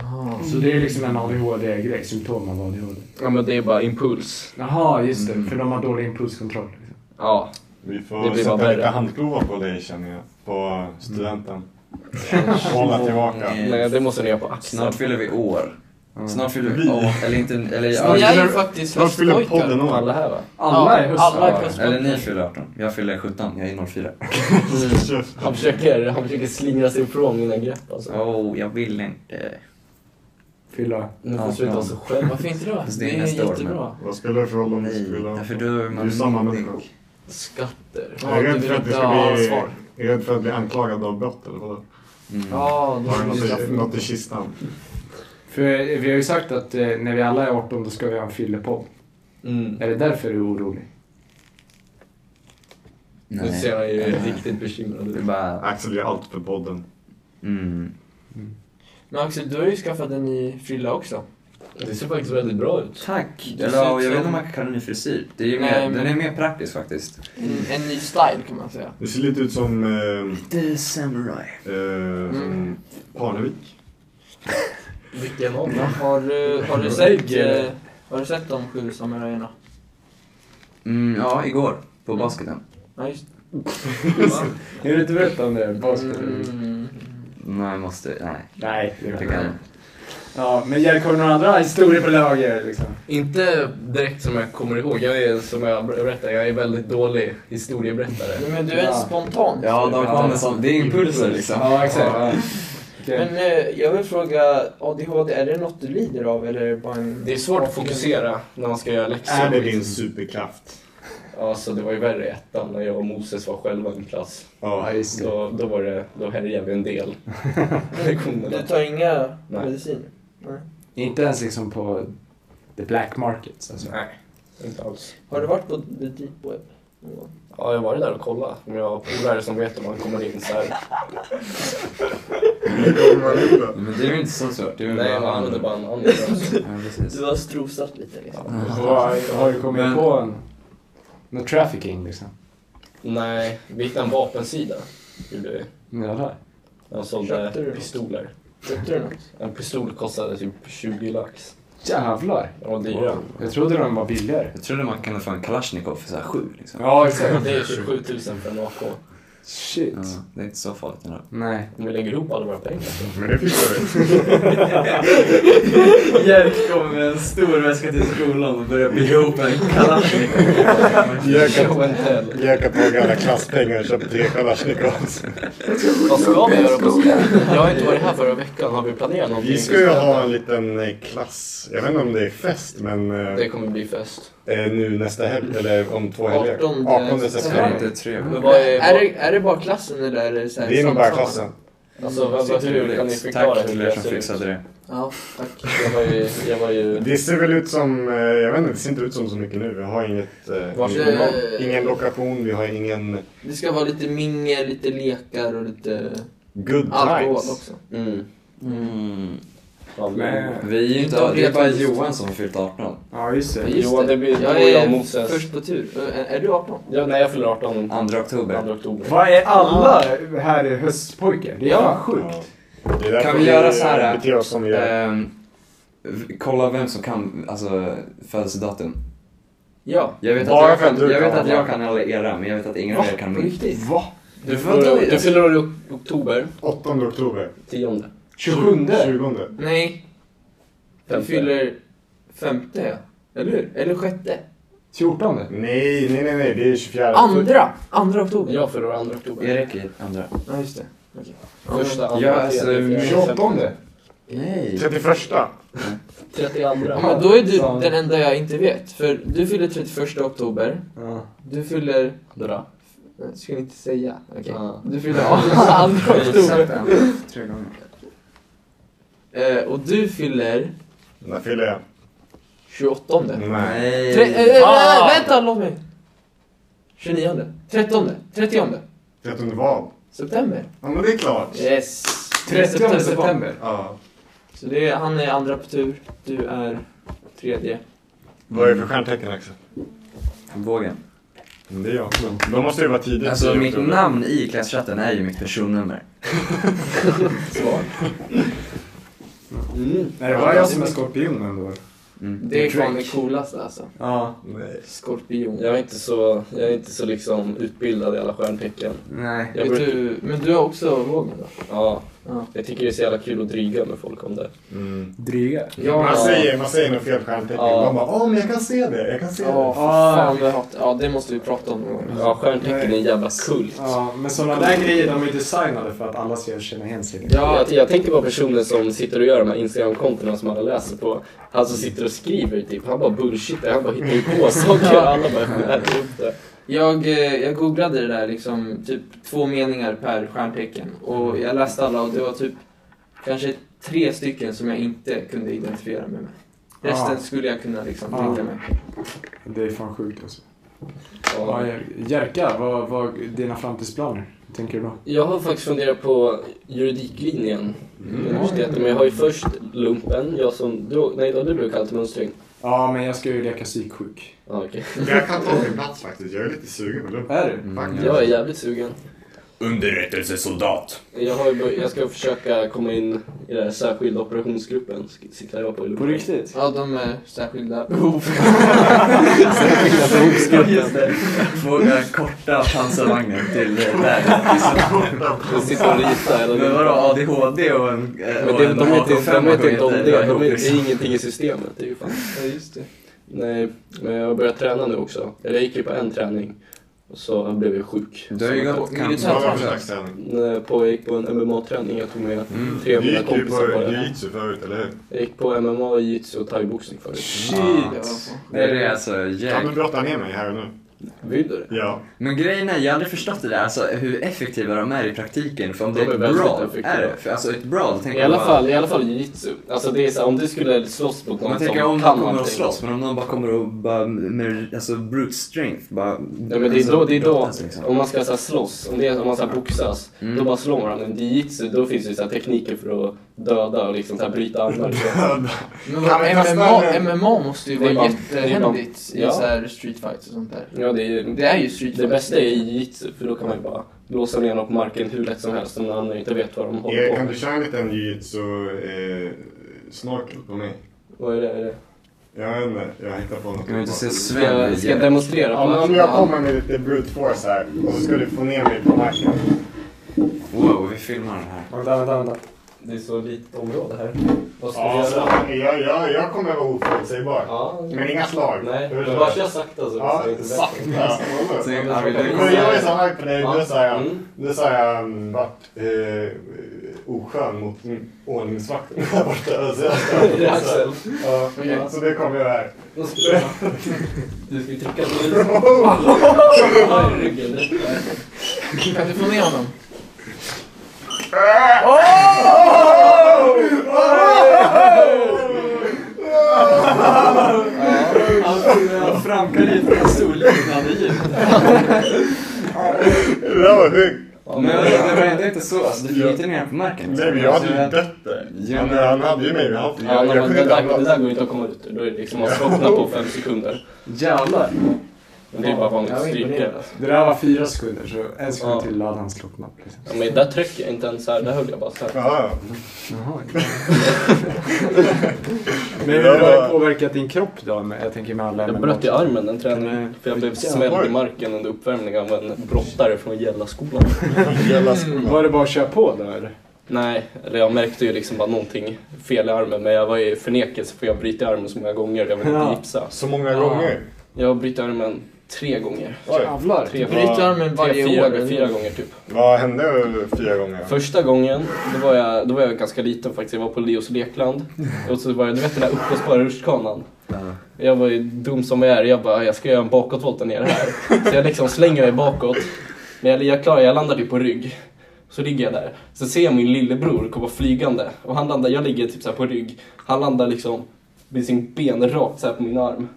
Jaha.
Mm.
Så det är liksom en ADHD-grej, symptom av ADHD.
Ja men det är bara impuls.
Jaha, just det.
Mm.
För de har dålig impulskontroll. Liksom.
Ja.
Vi
Det
får
blir bara
sätta
värre.
lite handklovar på dig känner jag. På studenten.
Mm.
Hålla tillbaka.
Nej.
Nej, det måste ni göra på axeln.
Snart fyller vi år.
Mm.
Snart fyller vi
Vi.
år, eller inte... Eller,
Men
jag,
jag är ju faktiskt
Snart fyller podden
höstpojkar.
Alla
år.
här va?
Alla är
Ja,
höstar.
alla är höstar.
eller ni fyller 18. Jag fyller 17, jag är 04.
Mm.
Han försöker, han försöker slingra sig ifrån mina grepp alltså.
Åh, oh, jag vill inte.
Fylla.
Nu får
Ja,
du sluta
ja.
vara så själv.
Varför inte då?
Fast det är
Det är
nästa år, men-
jättebra.
Vad spelar det för roll om du
Nej,
spelar?
därför då är
Du
man
är ju samma
myndig.
människa.
Skatter.
Ja,
Jag är
du
rädd
vill
för att du
inte
ska
ha
bli,
ansvar.
jag är rädd för att bli anklagad av brott eller vadå?
Mm.
Ja, då
Har du
är det
något i-
straff.
något i kistan?
För vi har ju sagt att eh, när vi alla är 18 då ska vi ha en fyllepodd.
Mm.
Är det därför du är orolig?
Nu
Nej.
ser jag ju
Nej.
riktigt bekymrad
Det är
ut.
bara...
Axel gör allt för podden.
Mm.
Men Axel, du har ju skaffat en ny frilla också.
Det ser faktiskt väldigt bra ut.
Tack!
Du
Eller
ser
ja,
ut
jag vet
som-
inte om man kan kalla den ny frisyr. Det är ju
Nej,
mer,
men-
Den är mer praktisk faktiskt.
En, en ny style kan man säga.
Du ser lite ut som eh,
The Samurai.
eh,
Mm.
Parnevik.
Vilken av dem?
Har du, har du sett... eh, Har du sett de sju samurajerna?
Mm, ja, igår. På basketen.
Nej, just
Är du inte berätta om det?
Mm.
Nej, jag måste... Nej.
Nej, det
Jag
är
tycker
inte.
jag.
Ja, men Jerk, har du några andra historier på lager liksom?
Inte direkt som jag kommer ihåg. Jag är, som jag berättade, jag är väldigt dålig historieberättare.
Nej, Men du är en
Ja.
spontan.
Ja, de kommer sånt. Det är impulser liksom.
Ja, exakt. Ja. Okej.
Men eh, jag vill fråga, ADHD, är det något du lider av eller är det bara en...
Det är svårt att fokusera när man ska göra läxor.
Är det din superkraft?
Alltså, det var ju värre i ettan när jag och Moses var själva i en klass.
Ja,
Ja.
just det.
Då, då var det, då härjade vi en del.
Men Du tar inga
Nej.
mediciner? Nej.
Inte ens liksom på the black market. Alltså.
Nej, inte alls.
Har du varit på The Deep Web?
Ja, jag har varit där och kollat. Men jag har polare som vet om man kommer in så här.
Men det är ju inte så svårt. Det är väl
Nej,
bara
man använder
han.
bara en annan.
Ja, precis.
Du har strosat lite liksom.
Jag har ju kommit
Men-
på en... Någon trafficking liksom.
Nej, vi hittade en vapensida. Gjorde vi.
Jävlar.
De sålde
Köpte du något?
pistoler.
Köpte du något?
En pistol kostade typ 20 lax.
Jävlar.
De var dyra.
Jag trodde de var billigare.
Jag trodde man kunde få en Kalashnikov för såhär sju liksom.
Ja, exakt.
Det är 27 000 för en AK.
Shit.
Ja, det är inte så farligt ändå.
Nej.
Om vi lägger ihop alla våra pengar. så-
Men det fixar vi.
Jerk kom med en stor väska till skolan och började bygga ihop en Kalashnikov.
Jerk
Show and tell.
har tagit alla klasspengar och köpt tre kalasjnikovs.
Vad ska vi göra på skolan? Jag har inte varit här förra veckan. Har vi planerat någonting?
Vi ska ju ha en liten eh, klass. Jag vet inte om det är fest, men eh,
Det kommer bli fest.
eh, nu nästa helg, eller om två helger.
18
18
Så det är
september.
inte trevligt.
Men vad
Är
är...
det, är det bara klassen eller är det så här
Det är nog bara
samma-
klassen.
Alltså, vad, vad, hur kan ni förklara
Tack
hur
till
det
er som
ser ut?
fixade det.
Ja, tack.
Jag var ju... Jag var ju...
Det ser väl ut som, eh, jag vet inte, det ser inte ut som så mycket nu. Jag har inget, eh,
Vars-
ingen, ingen lokation, vi har ingen
Det ska vara lite mingel, lite lekar och lite
good
alkohol
times.
också.
Mm.
Mm.
Ja, men-
Men...
Vi är ju inte, det är bara Johan som har fyllt 18.
Ja, just
Ja,
det.
just
Johan, det
jag
blir- då är jag
är
Moses.
först på tur. Ö, Är, är du 18?
Ja, nej, jag fyller 18 den
2 oktober.
2 oktober.
Vad är alla här är höstpojkar? Det är fan sjukt.
Ja. Det är därför
Kan vi göra så här,
eh, beter oss som vi gör.
Ehm, v- kolla vem som kan alltså, födelsedatum.
Ja.
Jag vet, att
Bara
jag,
för att
kan,
du
jag
kan
vet att
vara.
jag kan alla era, men jag vet att ingen av er kan min.
Va?
Du alltså,
får inte-
fyller, du fyller år i ok- oktober,
8 oktober.
10.
27?
20.
Nej, du fyller femte, ja. eller hur? Eller sjätte?
14?
Nej, nej, nej, nej, det är 24.
Andra! Andra oktober?
Jag fyller år 2 oktober.
Erik är andra.
Ja, just det.
Första, andra,
Ja, alltså,
tredje, fjärde,
28?
femte,
Nej.
31.
Ja,
32.
men då är du
Fan.
den enda jag inte vet. För du fyller 31 oktober.
Ja.
Du fyller...
Bra.
Nej, Ska vi inte säga? Okej.
Ja.
Du fyller 2 oktober.
Tre gånger.
Eh, och du fyller
När fyller jag?
28.
Nej.
Nej.
Tre, eh, eh,
Fan!
vänta, låt mig. 29. 13. 30.
13 vad?
September.
Ja, men det är klart.
Yes.
30 september?
Ja.
Så det är, han är andra på tur. Du är tredje.
Vad är det för stjärntecken Axel?
Vågen.
Det är jag. Då måste det vara tidigt.
Alltså
i
mitt
oktober.
namn i klasschatten är ju mitt personnummer.
Mm.
Nej, det var jag som är skorpion ändå.
Mm.
Det är fan det coolaste alltså.
Ja.
Nej.
Skorpion.
Jag är inte så, jag är inte så liksom utbildad i alla stjärntecken.
Nej.
Jag
Vet
brukar,
du, men du har också vågen då?
ja,
Ja.
jag tycker det är så jävla kul att dryga med folk om det.
Mm.
Dryga.
Man
Ja,
säger, man säger något fel stjärntecken.
Ja.
Man bara, åh men jag kan se det, jag kan se
ja,
det.
fan det hatar Ja, det måste vi prata om någon gång.
Ja, stjärntecken är en jävla kult.
Ja, men sådana där grejer de är designade för att alla ska känna igen sig. lite.
Ja, jag, jag tänker på personer som sitter och gör de här Instagram-kontona som alla läser på. Han som sitter och skriver typ, han bara bullshittar, han bara hittar ju på saker och alla bara äter upp det.
Jag, eh, jag googlade det där liksom, typ två meningar per stjärntecken. Och jag läste alla och det var typ kanske tre stycken som jag inte kunde identifiera mig med. Resten
Ah.
skulle jag kunna liksom
Ah.
tänka mig.
Det är fan sjukt alltså.
Ja.
Ja, Jer- Jerka, vad vad är dina framtidsplaner? Hur tänker du då?
Jag har faktiskt funderat på juridiklinjen vid universitetet, men jag har ju först lumpen, jag som drog, nej då du brukar alltid mönstring.
Ja, men jag ska ju leka psyksjuk.
Ja, okej.
Jag kan ta din plats faktiskt, jag är lite sugen på det.
Är du?
Mm,
Jag är jävligt sugen.
Underrättelsesoldat.
Jag, har ju, bör- jag ska försöka komma in i den här särskilda operationsgruppen, sk- siktar jag på i
På
lumpen.
riktigt?
Ja, de är särskilda behov.
Ja, just det. Våga korta pansarvagnen till eh, där.
Jag sitter och ritar hela
Men
tiden.
vadå, ADHD och en... eh,
Men
och
det,
en
de vet inte, de
A5
vet inte om
går
det,
inte
de
ihop,
vet, det
liksom.
är ingenting i systemet. Det är ju fan.
Ja, just det.
Nej, men jag har börjat träna nu också. Eller jag gick ju på en träning och så blev jag sjuk.
Du har ju gått
Militär-
Vad var
kanske.
det för slags träning?
När på, jag gick på en MMA-träning, jag tog med
Mm.
tre av
Du
mina
gick ju
kompisar på
på
det.
jujitsu förut, eller hur?
Jag gick på MMA, jitsu och thaiboxning förut.
Ah.
Ja,
Det är det alltså,
Kan du
jag...
brotta ner mig här och nu?
Vill du det?
Ja.
Men grejen är, jag har aldrig förstått det där, alltså hur effektiva de är i praktiken. För om det
De
är ett
är väldigt
brawl,
effektiva.
är det? För alltså ett brawl, tänker
I alla fall, i alla fall jujitsu. Alltså det är så här, om du skulle slåss mot
Man
någon som
tänker om
kan
de kommer att
någonting.
slåss, men om de bara kommer och bara med alltså brute strength bara...
Ja, men det är då, det är då
brottas, liksom.
om man ska så här, slåss, om, det är, om man ska boxas,
Mm.
då bara slår man varandra. Men i jujitsu, då finns det ju så här, tekniker för att döda och liksom, så här, bryta armar.
Men
Ja, men
vad-
fast
MMA,
när-
MMA måste ju
Det
vara
är bara-
jättehändigt
det är bara-
i så här street fights och sånt där.
ja, det, är,
Det är ju street
det
fights.
bästa är jujitsu, för då kan man ju bara låsa ner någon på marken hur lätt som helst om den andra inte vet vad de håller
Eh,
på
Kan du
med.
köra en eh, liten jujutsu-snorkel på mig?
Vad är det? Är det?
Jag vet inte, jag hittar på något.
Jag vill inte se
Ska, jag-
Sven
ska jag demonstrera?
Ja, men om jag kommer med lite brute force här och så ska du få ner mig på marken.
Wow, vi filmar det här.
Vänta, vänta, vänta. Det är så litet område här. Vad ska
Ja,
vi
så,
göra?
jag, jag, jag kommer vara oförutsägbar.
Ja,
Men inga slag.
nej.
Hur
Men
så?
bara kör sakta så
Ja,
så är det inte bättre.
sakta.
Så Arvid, du
Men jag är så arg på dig, du är så här,
Mm.
du är så här, um, vart eh, oskön mot mm, ordningsvakten där borta. Så jag ska-
I axel.
Ja, okej, Så det kommer jag här.
Då ska jag- Du ska ju trycka på den. Ja, i ryggen. Det är-
Kan du få ner honom?
Han framkallar ju ett pistolliknande ljud.
Det där var sjukt.
Men det var ändå inte så, alltså, du fick inte ner honom på marken.
Nej, men jag hade ju dött där.
Ja,
Han- Han hade ju mig vid halsen.
Ja,
Jag
nej,
jag kunde
men det,
inte
där, det
andas.
där går inte att komma ut ur. Då är det liksom, man slocknar på fem sekunder.
eh, Jävlar.
Men det är bara vanligt
Jag var
strypgrepp.
imponerad alltså.
Det där var fyra sekunder, så en sekund
Ja.
till hade han slocknat. Liksom.
Ja, men där trycker jag inte ens så här, där höll jag bara så här.
Ja,
Jaha. Men hur
Jag
har
bara-
det påverkat din kropp då? Med- Jag tänker med alla
Jag bröt i armen den träningen,
Nej.
för jag blev smälld i marken under uppvärmningen av en brottare från Gällaskolan.
jävla skolan.
Mm. Var det bara att köra på då eller?
Nej, eller jag märkte ju liksom bara någonting fel i armen, men jag var i förnekelse för jag bryter armen så många gånger, jag vill inte
Ja.
gipsa.
Så många
Ja.
gånger.
Jag har brutit armen tre gånger.
Oj.
Jävlar.
Tre,
Bryter
fyra,
Bryter armen varje
tre, fyra,
år.
fyra gånger typ.
Vad hände fyra gånger?
Första gången, då var, jag, då var jag ganska liten faktiskt, jag var på Leos lekland. Och så var jag, du vet den där uppblåsbara rutschkanan? Jag var ju dum som jag är, jag bara jag ska göra en bakåtvolt där nere här. Så jag liksom slänger mig bakåt. Men jag, jag klarar jag landade ju på rygg. Så ligger jag där. Så ser jag min lillebror komma flygande. Och han landar, jag ligger typ så här på rygg. Han landar liksom med sin ben rakt så här på min arm.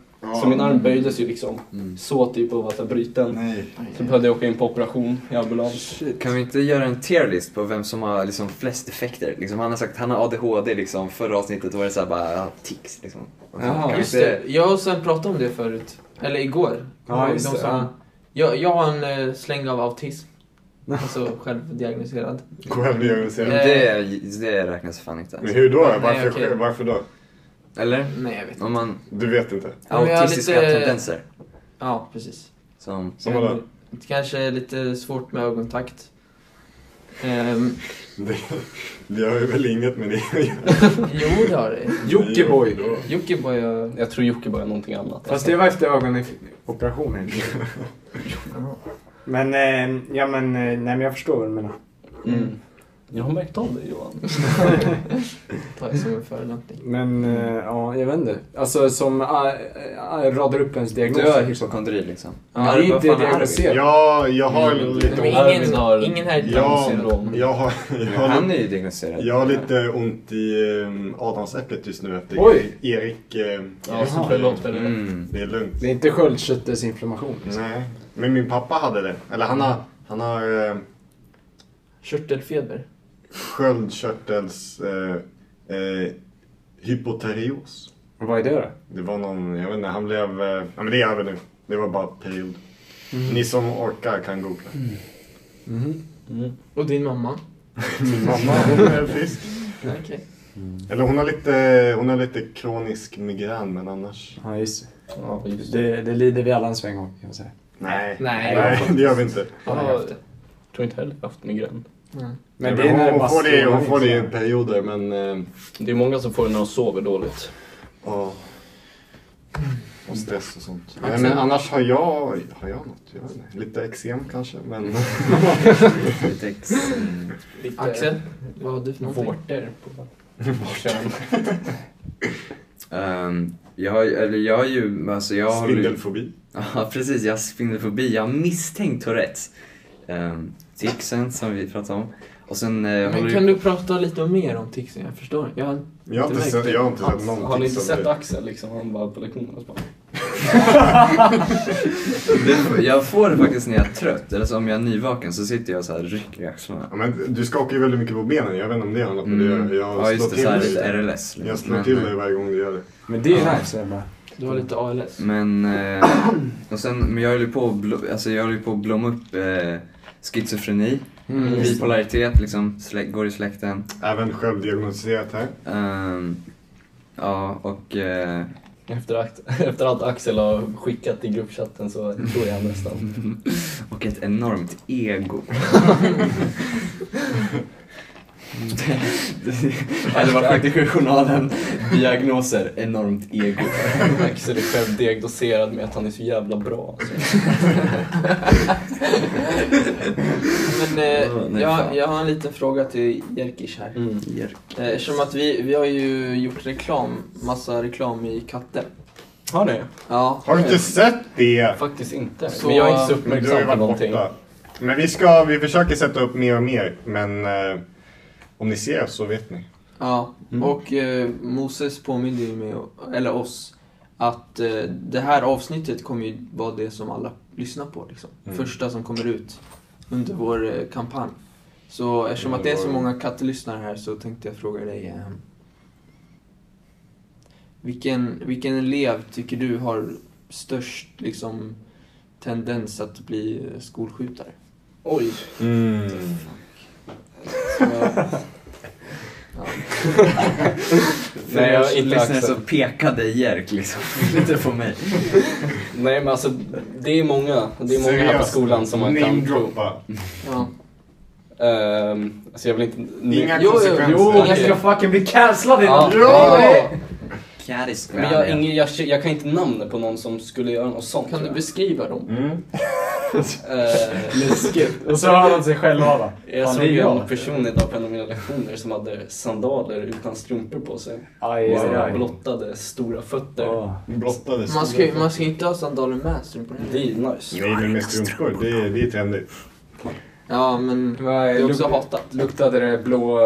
Så min arm böjdes ju liksom
Mm.
så typ och var så här bruten.
Nej.
Så behövde jag åka in på operation i ambulans.
Kan vi inte göra en tierlist på vem som har liksom flest effekter? Liksom, han har sagt han har ADHD liksom, förra avsnittet var det såhär bara ja, tics liksom. Och så
Jaha.
kan vi
Just
inte-
det, jag och Sven pratade om det förut. Eller igår.
Ja, just
De
det.
sa-
Ja.
Jag, jag har en eh, släng av autism. Alltså självdiagnostiserad.
Men
Självdiagnostiserad.
det, det räknas fan inte.
Men
Alltså.
hur då?
Nej,
Varför,
okej.
varför då?
Eller?
Nej, jag vet inte.
Om man
Du vet inte?
Men jag har
autistiska
lite-
tendenser.
Ja, precis.
Som...
Som vadå?
Kanske lite svårt med ögonkontakt. Ehm,
Det, det har ju väl inget med det
jo, det har det.
Jockiboi.
Jockiboi och...
Jag tror Jocke bara är någonting annat.
Fast det var efter ögonoperationen. Men, eh, ja men, eh, nej men jag förstår vad du menar.
Mm. Jag har märkt av det Johan.
tar jag som en förolämpning.
Men, eh, ja jag vet inte. Alltså som eh, eh, radar upp ens diagnos.
Du har hypokondri liksom.
Ja, det är
vad
inte
fan är
diagnostiserat.
Ja, jag har
Mm.
Men
lite ont.
Arvid
ingen,
har-
ingen här är
Ja.
Downs syndrom.
Jag har, jag har,
Han är ju diagnostiserad.
jag har lite ont i um, adamsäpplet just nu efter
Oj.
Erik. ehm,
Ja,
Jaha.
förlåt för det.
Mm.
Det är lugnt.
Det är inte sköldkörtelinflammation. Liksom.
Nej. Men min pappa hade det. Eller han har, han har um,
Körtelfeber.
sköldkörtels eh, eh, hypoterios.
Vad är det då?
Det var någon, jag vet inte, han blev... eh, Ja men det är över nu. Det var bara period.
Mm.
Ni som orkar kan googla.
Mm.
Mhm.
Och din mamma?
Min mamma, hon är frisk.
Okej.
Eller hon har lite, hon har lite kronisk migrän men annars.
Ja, just det.
Ja, just det.
det. Det lider vi alla en sväng om, kan man säga.
Nej.
Nej.
det gör vi inte.
Har ni haft det?
Jag tror inte heller jag haft migrän.
Mm.
Men
Ja,
det är när liksom. det
hon,
bara
hon får det,
strålar
hon
in,
får det i
så.
perioder men... eh,
Det är många som får det när de sover dåligt.
Ja. Och stress och sånt. Nej, men annars har jag, har jag något? Jag vet inte. Lite eksem kanske men...
Lite ex... Mm.
Axel, vad har du för någonting?
Vårtor på
Ehm, jag, har- eller jag har ju, alltså jag håller ju...
Spindelfobi.
Ja, precis. Jag har spindelfobi. Jag har misstänkt Tourettes. Um, tixen som vi pratade om. Och sen eh,
Men
håller
kan
vi...
du prata lite mer om Tixen? Jag förstår jag har...
Jag har inte
Inte
sett, jag har inte sett
Han,
någonting
har ni inte
som
sett
du-
Axel liksom? Han bara på lektionen och så bara...
det, Jag får det faktiskt när jag är trött. Eller så om jag är nyvaken så sitter jag och så här rycker i axlarna.
Ja, men du skakar ju väldigt mycket på benen, jag vet inte om det handlar om det.
Mm.
Jag, jag
ja, just
slår
det.
till
Så här
dig.
lite RLS. liksom.
Jag slår
Men,
till
eh,
dig varje gång du gör det.
Men det är ju nice. jävlar.
Du har lite ALS.
Men, eh, och sen, men jag höll ju på att blo- alltså jag höll ju på att blomma upp eh, schizofreni,
Mm.
bipolaritet liksom, slä- går i släkten.
Även självdiagnostiserat här.
Ehm, ja, och eh,
Efter, akt, efter allt Axel har skickat i gruppchatten så tror jag nästan.
och ett enormt ego. Det- det hade varit 77 journalen, diagnoser, enormt ego.
Axel är själv diagnoserad med att han är så jävla bra. Alltså.
Men eh,
Ja, nej,
jag,
fan.
jag har en liten fråga till Jerkish här.
Mm.
Eh, Eftersom att vi, vi har ju gjort reklam, massa reklam i katter.
Har ni?
Ja.
Har du inte sett det?
Faktiskt inte.
Så-
men jag är inte så
Men du har ju
uppmärksam på
varit
någonting.
borta. Men vi, ska, vi försöker sätta upp mer och mer, men eh, om ni ser oss så vet ni.
ja. Och eh, Moses påminde ju mig, eller oss, att eh, det här avsnittet kommer ju vara det som alla lyssnar på. Liksom.
Mm.
Första som kommer ut under vår eh, kampanj. Så eftersom att det är så många kattelyssnare här så tänkte jag fråga dig eh, vilken, vilken elev tycker du har störst liksom, tendens att bli eh, skolskjutare?
Oj. Mm.
Så jag-
För
Nej, jag
jag
är inte
lyssnade så
Axel.
pekade Jerk liksom lite på mig.
Nej men alltså det är många. Det är många här på
Seriöst,
skolan som man kan tro.
namedroppa.
ja.
Um, alltså jag vill inte...
Inga
Jo, jo,
konsekvenser.
Jo,
Okej.
jag ska fucking bli cancellad innan
Ja.
Kärris,
Men jag, ingen, jag, jag kan inte namnet på någon som skulle göra något sånt.
Kan du
tror
beskriva dem?
Mm.
jag. Eh,
Läskigt. Och så hör han sig själv va?
Jag
Fan,
såg
det är
ju en
jag.
person idag på en av mina lektioner som hade sandaler utan strumpor på sig.
Aj, aj,
Och
aj.
blottade stora fötter.
Åh.
Blottades.
Man ska, ju- man ska ju inte ha sandaler med strumporna.
Det är ju nice.
Nej, men med strumpor. Det, är- det är trendigt.
Ja, men det
Vad
är
är-
också
luk-
hatat.
Luktade det blå,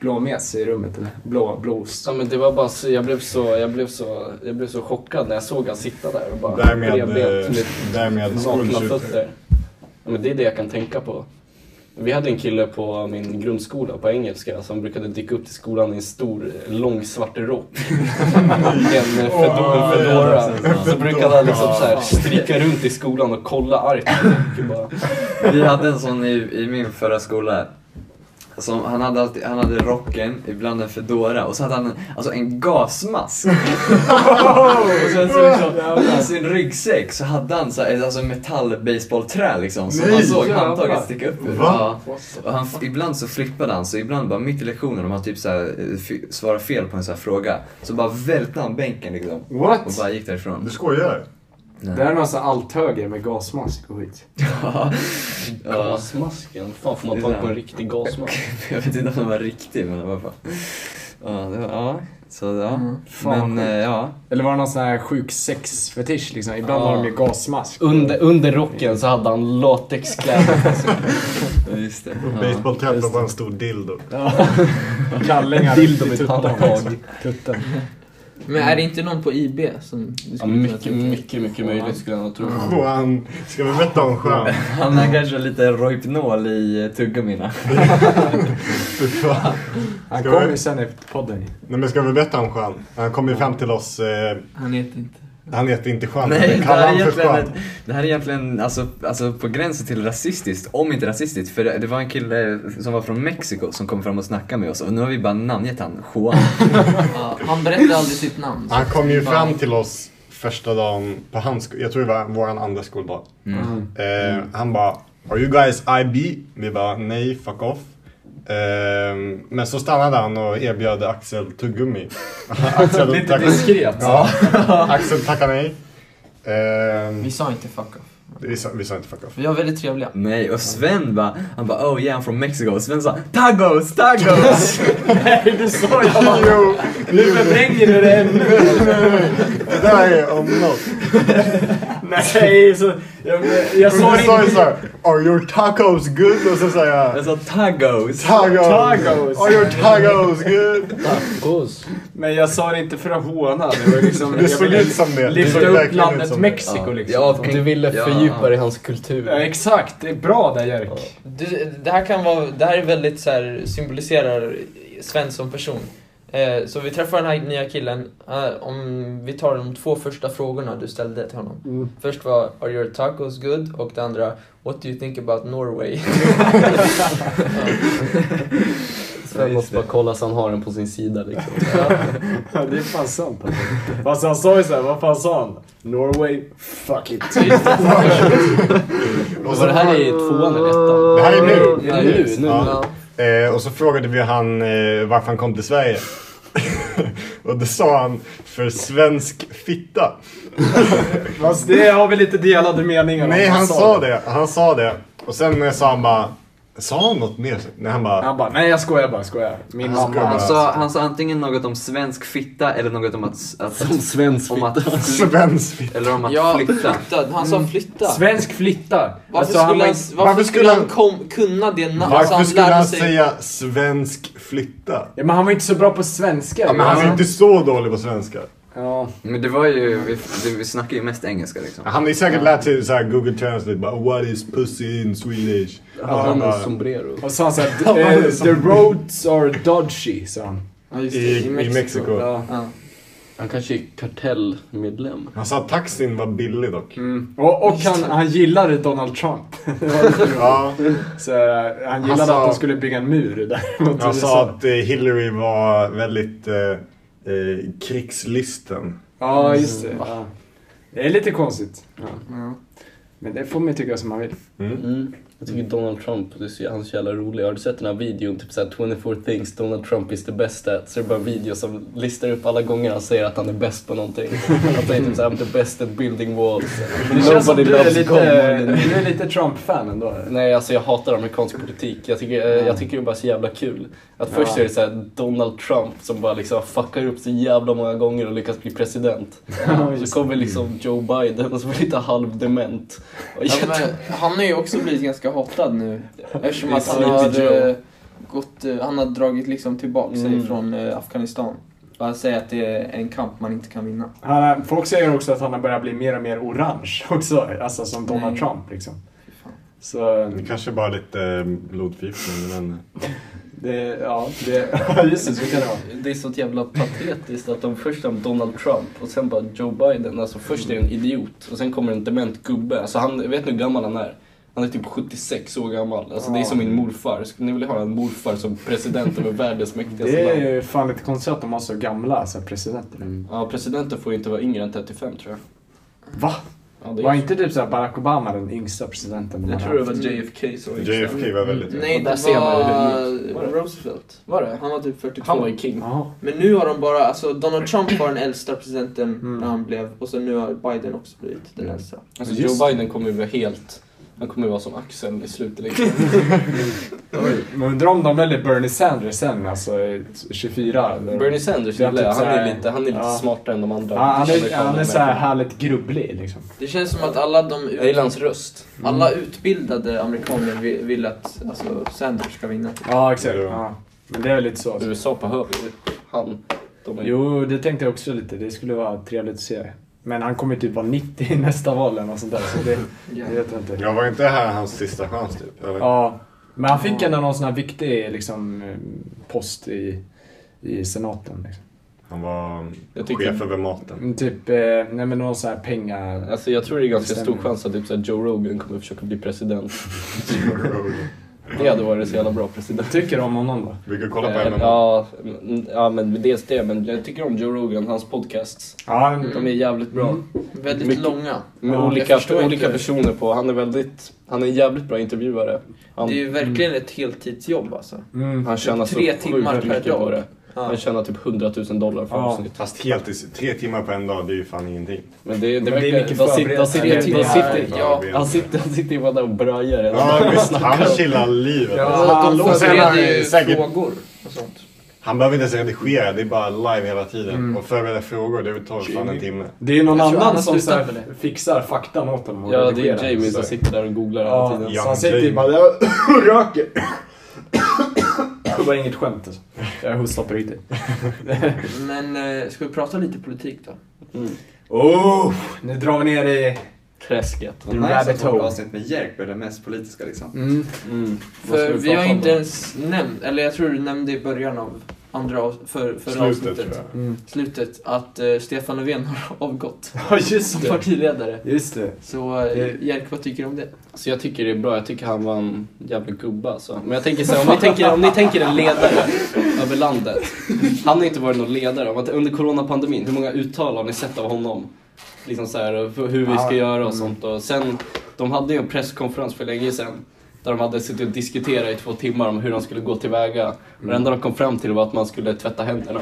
blå mes i rummet eller? Blå, blåost?
Ja, men det var bara så, jag, blev så, jag, blev så, jag blev så chockad när jag såg han sitta där och bara
Därmed,
bredbent
eh,
med
därmed
nakna
skolskjutare.
fötter. Ja, men det är det jag kan tänka på. Vi hade en kille på min grundskola på engelska som brukade dyka upp till skolan i en stor lång svart rock. en eh, fedo- en fedora. Så brukade han liksom så här strika runt i skolan och kolla argt. Och bara,
Vi hade en sån i, i min förra skola. Som, han, hade alltid, han hade rocken, ibland en fedora och så hade han en, alltså en gasmask. och sen så liksom, i sin ryggsäck så hade han så här, alltså en metallbaseballträ liksom som
Nej,
han såg
jävlar.
handtaget sticka upp ur.
Va?
Ja. Och han, ibland så flippade han så ibland bara mitt i lektionen om han typ så här, eh, f- svarade fel på en sån här fråga så bara välte han bänken liksom och
What?
bara gick därifrån.
Du skojar?
Det här är massa allt höger med gasmask och skit.
Ja. Ja.
Gasmasken? Fan får man tag på en riktig gasmask?
Jag vet inte om den var riktig men den var fan... Ja, det var, ja. Så ja.
Mm.
Fan, vad
men eh, ja.
Eller var det någon sån här sjuk sexfetisch liksom? Ibland
Ja.
har de ju gasmask.
Under, under rocken så hade han latexkläder.
ja, just det. Ja.
Baseballträ och bara en stor dildo.
Ja. Kallingar.
Dildo med
i tuttan,
tandtag.
liksom. Tutten.
Men är det inte någon på IB som du
Ja,
skulle kunna
mycket,
tänka dig?
mycket, mycket möjligt skulle jag nog tro.
Juan. Ska vi berätta om Juan?
Han har kanske lite Rohypnol i eh, tuggummina.
Fy fan.
Han
Ska
kommer
vi-
ju sen efter podden ju.
Nej men ska vi berätta om Juan? Han kom ju fram till oss, eh,
Han heter inte.
han heter inte Juan,
Nej,
men
det
vi
här
kallar
är
honom för
egentligen, ett,
Juan.
det här är egentligen alltså, alltså på gränsen till rasistiskt, om inte rasistiskt. För det, det var en kille som var från Mexiko som kom fram och snackade med oss och nu har vi bara namngett han Juan.
Ja, han berättar aldrig sitt namn.
Han kom ju
Fan.
fram till oss första dagen på hans sko- jag tror det var vår andra skoldag.
Mm.
Eh, Han bara, are you guys IB? Vi bara, nej, fuck off. Eh, men så stannade han och erbjöd Axel tuggummi. Axel,
Lite
tack,
diskret.
ja, Axel tackade nej. Eh,
Vi sa inte fuck off.
vi, sa, vi sa inte fuck off.
Vi var väldigt trevliga.
Nej, och Sven bara, han bara oh yeah I'm from Mexico. Och Sven sa tacos, tacos!
Nej, du sa ju
Jo,
Nu förvränger du det ännu.
det där är om något.
Nej, så, jag, jag
Du sa
sa
ju
inte...
såhär, are your tacos good? Och så sa jag,
Jag sa tacos.
tacos.
Tacos.
Are your tacos good?
Tacos.
Men jag sa det inte för att håna. Det var liksom...
Det såg ut som det. Det
lyfta
såg
upp
verkligen ut
landet
som
Mexiko liksom.
Ja,
Ja,
kan-
du-
Du ville
Ja.
fördjupa dig i hans kultur.
ja, exakt. Det är bra där Jerk.
Du, det här kan vara, det här är väldigt så här, symboliserar Sven som person. Eh, så vi träffar den här nya killen, eh, om vi tar de två första frågorna du ställde till honom.
Mm.
Först var “Are your tacos good?” och det andra “What do you think about Norway?”
Ja,
Jag
just
måste
det.
bara kolla.
så han har den på sin sida liksom.
det är fan sant. alltså. Fast han sa ju såhär, vad fan sa han? Norway, fuck it.
Och
Var Alltså, det
så,
här i tvåan eller ettan?
det här är nu.
Ja, nu, nu.
Ja. Eh, och så frågade vi han eh, varför han kom till Sverige. och det sa han, för svensk fitta.
Fast det har vi lite delade meningar om.
Nej, han sa det. Han sa det. Och sen eh, sa han bara, sa han något mer? Nej, han bara,
Han bara, nej jag skojar bara, skojar. Min
Han
mamma.
skojar.
Han sa, han sa antingen något om svensk fitta eller något om att... att
Som svensk
om att flytta.
svensk fitta.
Eller om att
Ja,
flytta.
flytta. Han sa flytta.
Svensk flyttar.
Varför
Alltså,
skulle han,
var
varför
varför
skulle han
skulle
kom, kunna det alltså, namnet?
Varför skulle alltså, han säga svensk flytta?
Ja, men han var inte så bra på svenska.
Ja, men han är inte så dålig på svenska.
Ja.
Men det var ju, vi, det- vi snackar ju mest engelska liksom.
Han har ju säkert lärt sig såhär Google Translate bara What is pussy in Swedish? Och han bara,
sombrero.
Och så han såhär, the roads are dodgy, sa han.
Ja, just det,
i, I Mexiko.
Ja.
Ja.
Han kanske är kartellmedlem.
Han sa att taxin var billig dock.
Mm. Och, och han, han gillade Donald Trump.
Ja,
Så eh, han gillade
Han sa-
att de skulle bygga en mur där mot
han
USA.
sa att eh, Hillary var väldigt eh, eh, krigslysten.
Ja, just det. Ja. Det är lite konstigt. Ja.
Ja.
Men det får man ju tycka som man vill.
Mm.
Jag tycker Donald Trump, det är så, han är så jävla rolig. Har du sett den här videon? Typ såhär 24 things Donald Trump is the best at. Så det är bara videos som listar upp alla gånger han säger att han är bäst på någonting. Att han är typ såhär, I'm the best at building walls.
Men det känns som du är
loves
lite,
God.
du är lite Trump-fan ändå.
Nej, alltså jag hatar amerikansk politik. Jag tycker, eh, jag tycker det är bara så jävla kul. Att först
Mm. Ja.
är det så här Donald Trump som bara liksom fuckar upp så jävla många gånger och lyckas bli president. Så kommer liksom Joe Biden som är lite halvdement.
Ja,
Och jätte-
men han har ju också blivit ganska hatad nu eftersom
Det är
att han
Sleepy
har,
Joe.
eh, gått, eh, han har dragit liksom tillbaka sig
Mm.
från eh, Afghanistan. Och Han säger att det är en kamp man inte kan vinna.
Han, är- folk säger också att han har börjat bli mer och mer orange också. Alltså som Donald
Mm.
Nej.
Trump liksom.
fan.
Så
Det kanske bara lite eh, blodförgiftning men...
det, ja, det, ja, just det, så kan det vara.
Det är så jävla patetiskt att de först har Donald Trump och sen bara Joe Biden. Alltså först är det en idiot och sen kommer en dement gubbe. Alltså han, vet ni hur gammal han är? Han är typ 76 år gammal. Alltså det är som min morfar. Skulle ni vilja ha en morfar som president över världens mäktigaste
Det
land?
är ju fan lite konstigt att de har så gamla så här, presidenter.
Ja, presidenten får ju inte vara yngre än 35 tror jag.
Va?
Ja, det är
Var inte typ så här Barack Obama den yngsta presidenten? de
Jag
har
tror det
haft?
var JFK som var yngst.
JFK var väldigt...
Nej,
Och där
det
ser man ju hur
var,
det var det?
Roosevelt.
Var det?
Han var typ 42.
Han var ju king.
Jaha.
Men nu har de bara, alltså Donald Trump var den äldsta presidenten
Mm.
när han blev och så nu har Biden också blivit den äldsta.
Alltså
Just
Joe Biden kommer ju vara helt... Han kommer ju vara som Axel i slutet liksom.
Men undrar om de väljer Bernie Sanders sen, alltså eh, 24? eller?
Bernie Sanders
Jag
gillar jag.
typ
Han
såhär-
är lite, han är lite
Ja.
smartare än de andra.
Ja, han är, han är
amerikanerna.
så här härligt grubblig liksom.
Det känns som att alla de
Jag gillar hans röst.
alla utbildade amerikaner vi- vill att alltså, Sanders ska vinna.
Ja, exakt.
Ja.
Ja. Men det är lite så.
USA behöver ju han. De är...
Jo, det tänkte jag också lite. Det skulle vara trevligt att se. Men han kommer typ vara 90 i nästa val eller något sånt där. Så det, det vet jag inte.
Jag var inte här hans sista chans typ? Eller?
Ja. Men han fick ändå någon sån här viktig liksom, eh, post i, i senaten. Liksom.
Han var
Jag tycker-
chef över maten.
Mm, Typ, eh, nej men någon sån här penga...
Alltså jag tror det är ganska
Det
stor
stämmer.
chans att typ såhär Joe Rogan kommer försöka bli president. Det hade varit så jävla bra president.
Vad tycker du om honom då?
Vi kan kolla på
Eh,
MMA.
Ja, mm, ja, men dels det. Men jag tycker om Joe Rogan, hans podcasts.
Ja,
De är jävligt bra.
Väldigt
Mycket-
långa.
Ja,
Med
jag
olika,
förstår
olika
inte.
personer på. Han är väldigt, han är en jävligt bra intervjuare. Han,
Det är ju verkligen ett heltidsjobb alltså.
mm.
han tjänar
tre
så
timmar per
sjukt mycket på
dag.
det.
Ja.
Han tjänar typ 100 000 dollar för
Ja.
avsnitt.
Fast helt i, tre timmar på en dag, det är ju fan ingenting.
Men det, det,
Men det är
verkar...
mycket
de sitter, de sitter, de
förberedelse.
sitter, de sitter,
Ja,
Ja,
han sitter, han sitter ju bara där och brajar.
Ja, visst. Han chillar livet.
Ja.
alltså.
Alltså,
han
de
låter-
förbereder ju
säkert-
frågor och sånt.
Han behöver inte ens redigera, det är bara live hela tiden. Och förbereda frågor, det tar fan en timme.
Det är ju någon
Jag tror
annan
alla
som så
slutar
här,
med det.
fixar faktan åt honom. och
Ja, det
redigerar
är Jamie
den,
som
så.
sitter där och googlar hela
Ja,
tiden.
Ja,
så han sitter ju
Jamie.
bara där och röker. Det var inget skämt alltså. Jag hostar på riktigt.
Men eh, ska vi prata lite politik då?
Mm.
Oh, nu drar vi ner i...
Träsket.
Det är nice
Rabbit
att vårt
hole.
avsnitt med Jerk blev det mest politiska liksom.
Mm,
Mm. För vi har inte ens nämnt, eller jag tror du nämnde i början av andra av, för, förra
Slutet tror
avsnittet,
jag.
Mm.
slutet, att eh, Stefan Löfven har avgått
Ja, just
som
det.
partiledare.
Just det.
Så
Det-
eh, Jerk, vad tycker du om det?
Så Alltså, jag tycker det är bra, jag tycker han var en jävla gubbe alltså. Men jag tänker så här, om ni tänker, om ni tänker en ledare över landet. Han har inte varit någon ledare. Om man- Under coronapandemin, hur många uttal har ni sett av honom? Liksom så här, och hur vi ska göra och sånt. Och sen, de hade ju en presskonferens för länge sedan. Där de hade suttit och diskuterat i två timmar om hur de skulle gå tillväga.
Mm.
Och det enda de kom fram till var att man skulle tvätta händerna.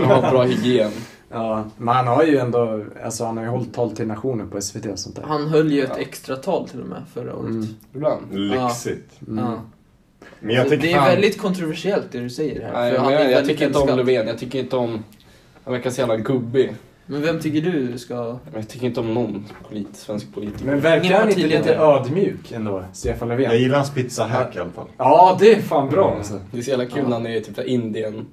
Och ha bra hygien.
Ja, men han har ju ändå, alltså han har ju hållit tal till nationen på SVT och sånt där.
Han höll ju ett
Ja.
extra tal till och med förra året.
Mm.
Ibland.
Lyxigt.
Mm.
Ja.
Men jag
Så
tycker
det är
fan...
väldigt kontroversiellt det du säger här.
Nej,
för
men
han är
jag, jag
väldigt
tycker inte om
älskad.
Löfven. Jag tycker inte om... Han verkar så jävla gubbig.
Men vem tycker du ska...
Men Jag tycker inte om någon polit, svensk politiker.
Men verkar
Ingen
han inte lite
partiledare.
ödmjuk ändå, Stefan
Jag
Löfven?
gillar hans pizzahack i alla fall.
Ja, det är fan bra alltså.
Det är så jävla kul
Ja.
när han är i typ där Indien.
Mm.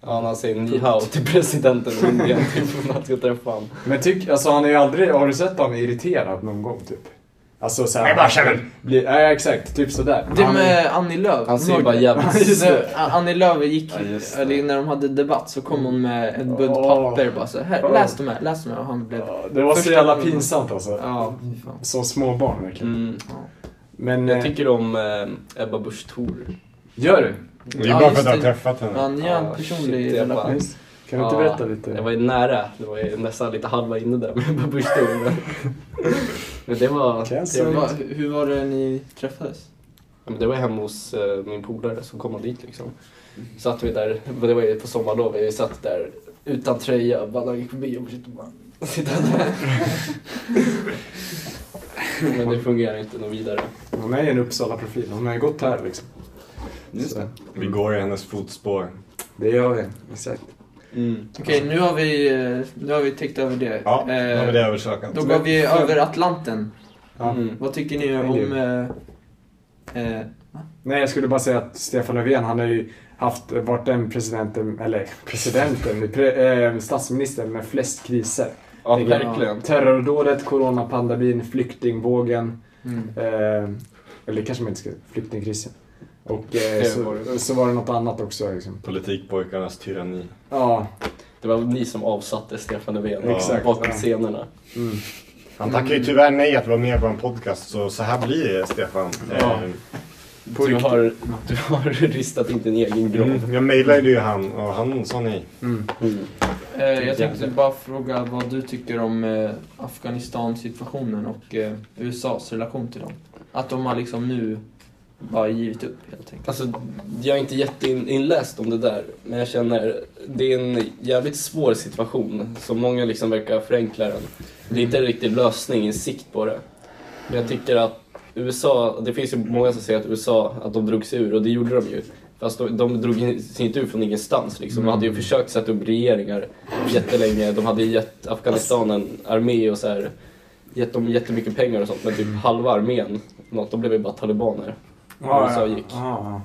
Ja, när han säger ni hao till presidenten i Indien. Typ, när han ska träffa honom.
Men tyck, alltså han är ju aldrig, har du sett honom irriterad någon gång typ? Alltså såhär...
Nej, bara känner.
blir, ja, exakt, typ sådär.
Det
Han-
med Annie Lööf.
Han ser
Norge.
bara jävligt...
Just det.
När Annie Lööf gick,
Ja, just det.
eller när de hade debatt så kom hon med en bunt
Åh.
papper bara så här,
Åh.
läs de här, läs de här och han blev...
Ja, Det var så
Första
jävla
gången.
pinsamt alltså.
Ja, fy fan.
Som småbarn verkligen.
Mm.
Men...
Jag
eh,
tycker om eh, Ebba Busch Thor.
Gör du?
Det är
Ja,
bara för
just
att jag har
det.
träffat henne.
Han gör en
Ja,
personlig
shit, jag bara-
relation.
Just. Kan du inte
Ja,
berätta
Jag
lite?
var ju nära. Det var ju nästan lite halva inne där med Ebba Busch Thor. Men, men det var...
Cancel.
trevligt.
Va- Hur var det ni träffades?
Ja, men det var hemma hos eh, min polare som kom dit liksom.
Mm.
Satt vi där, det var ju på sommarlov, vi satt där utan tröja, bara gick förbi och sitter bara... Sitter där. men det fungerar inte något vidare.
Hon är ju en Uppsala-profil. Hon har ju gått här liksom.
Just
Så.
det.
Vi går i hennes fotspår.
Det gör vi. Exakt.
Okej, nu har vi, eh, nu har vi täckt över det.
Ja, då
Eh,
har vi det översakat.
Då går vi över Atlanten.
Ja.
Mm.
Vad tycker ni
Thank you.
om... eh, eh,
Nej, jag skulle bara säga att Stefan Löfven, han har ju haft, varit den presidenten, eller presidenten, pre, eh, statsministern med flest kriser.
Ja,
Tänker jag.
verkligen.
Terrordådet, coronapandemin, flyktingvågen,
mm.
eh, eller kanske man inte ska, flyktingkrisen. Och eh,
Det var
så,
det.
så var det något annat också. Liksom.
Politikpojkarnas tyranni.
Ja,
Det var ni som avsatte Stefan Löfven
Ja.
Exakt,
bakom
ja.
scenerna.
mm.
Han tackar ju tyvärr nej att vara med på en podcast, så så här blir det Stefan.
Ja.
Eh,
Du har, du har ristat in din egen grav.
Mm, jag mejlade ju han och han sa nej.
Mm.
Eh, jag tänkte bara fråga vad du tycker om eh, Afghanistan-situationen och eh, USAs relation till dem. Att de har liksom nu bara givit upp helt enkelt.
Alltså, jag är inte jätteinläst om det där, men jag känner det är en jävligt svår situation som många liksom verkar förenkla den. Det är inte en riktig lösning i sikt på det. Men jag tycker att USA, det finns ju många som säger att USA, att de drog sig ur och det gjorde de ju. Fast de, de drog sig inte ur från ingenstans liksom. De hade ju försökt sätta upp regeringar jättelänge. De hade gett Afghanistan en armé och så här gett dem jättemycket pengar och sånt. Men typ halva armén, något, de blev ju bara talibaner.
Ja, ja,
USA Alltså, gick.
ja,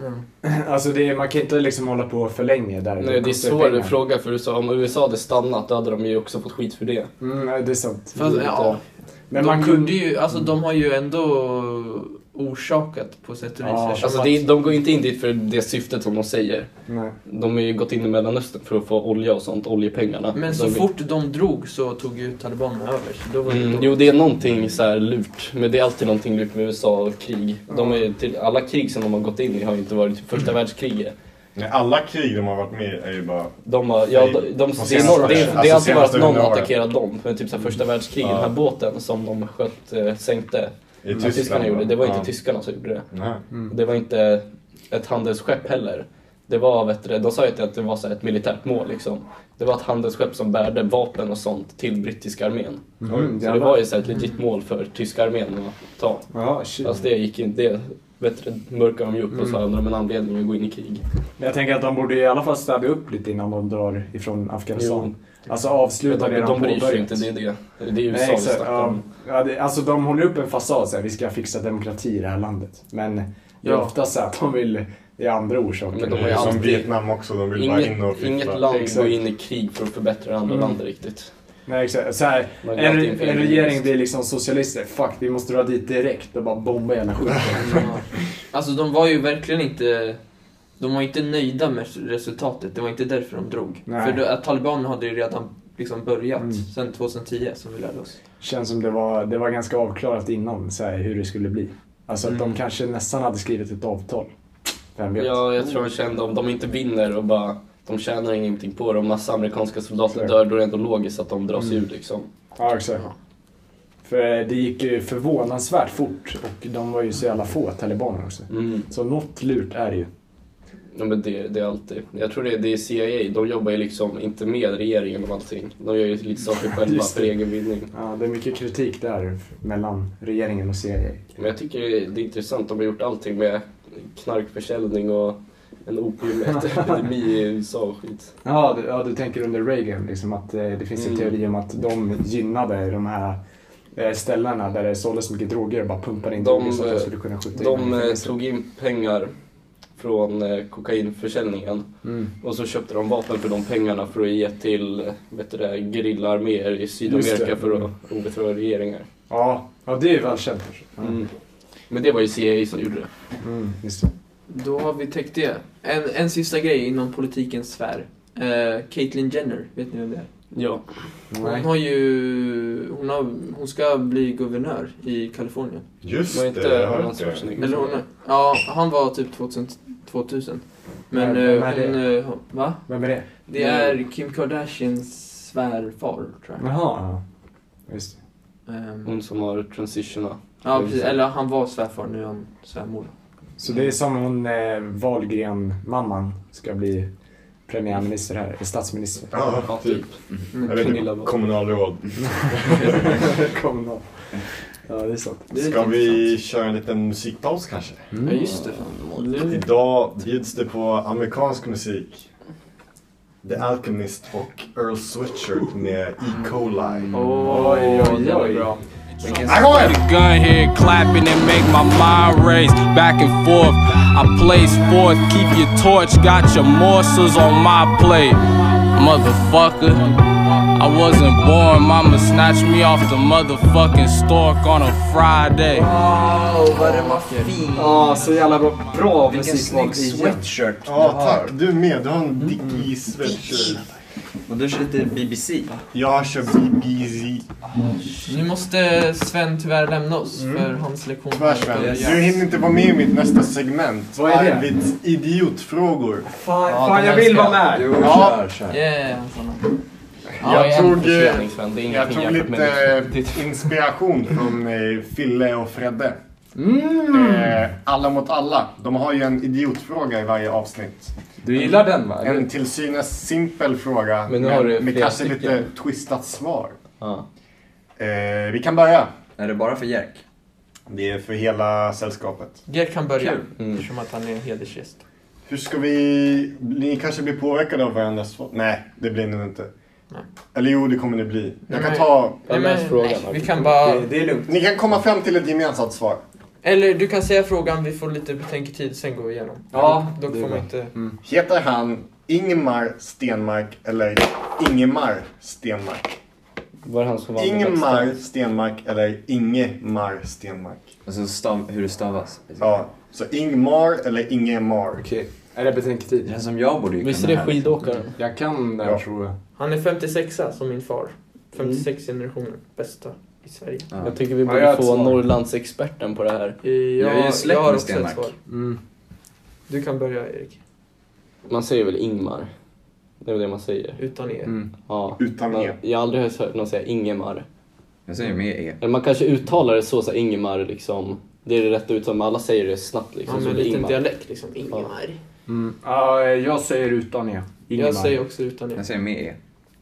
Mm.
ja. Alltså det, är- man kan inte liksom hålla på för länge där.
Nej, det är
kostar
svår
Mm. pengar.
fråga för USA. Om USA hade stannat då hade de ju också fått skit för det.
Mm, nej, det är sant.
Fast, ja,
Men
de
man
kunde
kunde
ju, alltså de har ju ändå orsakat på sätt och vis.
Ja.
eftersom
Alltså,
att-
det, de går inte in dit för det syftet som de säger.
Nej.
De har ju gått in i Mellanöstern för att få olja och sånt, oljepengarna.
Men
de
så
vill-
fort de drog så tog ju talibanerna över. Så då var det
Mm,
då.
jo, det är någonting så här lurt. Men det är alltid någonting lurt med USA och krig. De är, ju till, alla krig som de har gått in i har ju inte varit typ första
Mm.
världskriget.
Nej, alla krig de har varit med i är ju bara...
De har, ja, de, de, det, är
senaste-
någon, det, är- det
alltså,
har alltid varit
senaste
att någon
hundra åren.
attackerat dem. Men typ så här, första världskriget,
Mm. Ja.
den här båten som de sköt, eh, sänkte.
I Tyskland.
Tyskarna gjorde, det var inte
Ja.
tyskarna som gjorde det.
Nej.
Mm.
Det var inte ett handelsskepp heller. Det var, vet du, de sa ju inte att det var så här ett militärt mål liksom. Det var ett handelsskepp som bärde vapen och sånt till brittiska armén.
Mm,
så det var ju så här ett legit mål för tyska armén att ta.
Ja, shit.
Alltså- Fast det gick inte, det bättre mörkar de ju upp och så
Mm.
har de en anledning att gå in i krig.
Men jag tänker att de borde i alla fall städa upp lite innan de drar ifrån Afghanistan. Alltså
De,
avsluta det
de, de bryr sig
påbörjat.
inte, det är det. Det är USA
Nej,
vi
exakt.
snackar
Ja,
om.
ja, det, alltså de håller upp en fasad så här, vi ska fixa demokrati i det här landet. Men det är
Ja.
ofta så här att de vill, det är andra orsaker.
Men de
Det
har
är
ju
som
alltid-
Vietnam också, de vill bara in och
Inget,
fiffla.
inget land
Exakt.
går in i krig för att förbättra andra
Mm.
länder riktigt.
Nej, exakt. Så här,
Man går
en,
alltid in för
en
egen
regering
vinst.
blir liksom socialister, fuck vi måste dra dit direkt och bara bomba hela skiten.
Ja. Alltså de var ju verkligen inte... De var inte nöjda med resultatet, det var inte därför de drog.
Nej.
För då, att talibanerna hade ju redan liksom börjat
Mm.
sedan 2010 som vi lärde oss.
Känns som det var, det var ganska avklarat innan så här, hur det skulle bli. Alltså att de
Mm.
kanske nästan hade skrivit ett avtal. Vem vet?
Ja, jag tror de kände om de inte vinner och bara de tjänar ingenting på det. Om massa amerikanska soldater dör då är det ändå logiskt att de drar
Mm.
sig ur liksom.
Ja, exakt. För eh, det gick ju förvånansvärt fort och de var ju så jävla få talibaner också. Så något lurt är det ju.
Ja, men det, det är alltid. Jag tror det, det är CIA, de jobbar ju liksom inte med regeringen och allting. De gör ju lite saker själva
Just det.
för egen vinning.
Ja, det är mycket kritik där mellan regeringen och E. CIA.
Men jag tycker det är intressant, de har gjort allting med knarkförsäljning och en opiumepidemi i USA och skit.
Ja, du, ja, du tänker under Reagan, liksom att eh, det finns en
Mm.
teori om att de gynnade de här eh, ställena där det såldes mycket droger och bara pumpade in
De,
droger så att de
eh,
skulle kunna skjuta in Liksom.
De
dem i
eh,
fängelse.
tog in pengar från eh, kokainförsäljningen
mm.
Och så köpte de vapen för de pengarna för att ge till vet du det, gerillaarméer i
Just det.
Sydamerika för att obetröva regeringar.
Ja, ja, det är ju välkänt. Ja. Mm.
Mm. Men det var ju CIA som gjorde det.
just det.
Då har vi täckt det. En, en sista grej inom politikens sfär. Eh, Caitlyn Jenner, vet ni vem det är?
Ja.
Hon
Nej.
har ju... Hon, har, hon ska bli guvernör i Kalifornien.
Just
Var
det,
inte
det
Arnold
hört jag.
Schwarzenegger?
Eller hon... Ja, han var typ 2000. 2000. Men
Nej, vem
eh,
är
hon... eh, hon- Va?
Vem är det?
Det är Kim Kardashians svärfar, tror jag.
Mm. Jaha. Ja, just det.
Ehm,
Hon som har transitionat.
Ja, precis. Eller han var svärfar, nu är han svärmor.
Så det är som hon eh, Wahlgren-mamman ska bli premiärminister här, eller statsminister.
Ja, typ.
Mm.
Mm.
Jag vet
Pernilla
inte,
var-
kommunalråd.
Kommunal. Ja, det är sant.
Det är
Ska
typ
lite
vi
intressant.
köra en liten musikpaus kanske?
Mm.
Ja, just det.
Mm.
Fan. Nu-
Idag bjuds det på amerikansk musik. The Alchemist och Earl Sweatshirt med E. coli.
Åh,
Oj, oj,
den
Mm. oj.
är bra.
Här kommer den!
gun here clapping and make my mind race back and forth. I place forth, keep your torch, got your morsels on my plate. Motherfucker, I wasn't born, mama snatched me off the motherfucking stork on a Friday.
Wow, vad den var fin!
Ja, så jävla bra, bra musikval igen.
sweatshirt
Ja, tack. Du är med. Du har en
Mm.
Dickie sweatshirt.
Och du kör lite BBC.
Jag kör BBC.
Nu måste Sven tyvärr lämna oss
Mm.
för hans lektion.
Tyvärr Sven, du hinner inte vara med i mitt nästa segment.
Vad är det?
Arvids idiotfrågor.
Fan, fan jag vill vara med!
Ja,
Yeah, såna.
Jag
jag tog, eh,
Sven. Det är
jag
ingenting
tog
jämfört
lite
med liksom- ditt- ditt-
eh, inspiration från eh, Fille och Fredde.
Mm.
Eh, alla mot alla. De har ju en idiotfråga i varje avsnitt.
Du gillar den va?
En till synes simpel fråga
Men nu har du
med
flera
kanske
stycken.
lite twistat svar.
Ja.
Eh, vi kan börja.
Är det bara för Jerk?
Det är för hela sällskapet.
Gerd kan börja,
Mm.
eftersom att han är en hedersgäst.
Hur ska vi... Ni kanske blir påverkade av varandras svar? Nej, det blir ni nog inte.
Nej.
Eller jo, det kommer ni bli. Jag kan
Nej.
ta...
Ja, läs
men,
frågan,
nej, vi
Martin.
kan bara...
det är lugnt.
Ni kan komma fram till ett gemensamt svar.
Eller du kan säga frågan, vi får lite betänketid, sen går vi igenom.
Ja,
Dock
det är
får man
bra.
inte...
Heter han Ingemar Stenmark eller Ingemar Stenmark?
Var det han som vann det
Ingemar
bästa?
Stenmark eller Ingemar Stenmark?
Alltså stav, hur det stavas.
Ja, så Ingmar eller Ingemar?
Okej. Är det
Det
betänketid?
känns som jag borde ju
Visst är
kunna
det
här. liksom.
skidåkaren?
Jag kan den
Ja.
tror jag.
Han är 56 som min far. 56 generationen, bästa i Sverige.
Ja.
Jag tycker vi
Ja, jag har
borde
ett
få
svar.
Norrlandsexperten på det här.
Eh, Jag,
är ju släkt
har
med
också ett
Stenmarck.
svar.
Mm.
Du kan börja Erik,
Man säger väl Ingmar? Det är väl det man säger?
utan er.
Mm.
Ja.
Utan
Man-
E.
Jag har aldrig hört någon säga Ingemar.
Jag säger med E.
Eller man kanske uttalar det så, så här, Ingemar liksom. Det är det rätta uttalet, men alla säger det snabbt liksom.
Ja,
så
med en
det är
liten
Ingmar.
dialekt liksom. Ingemar.
Mm. Ja, jag säger utan E.
Jag säger också utan er.
Jag säger med E.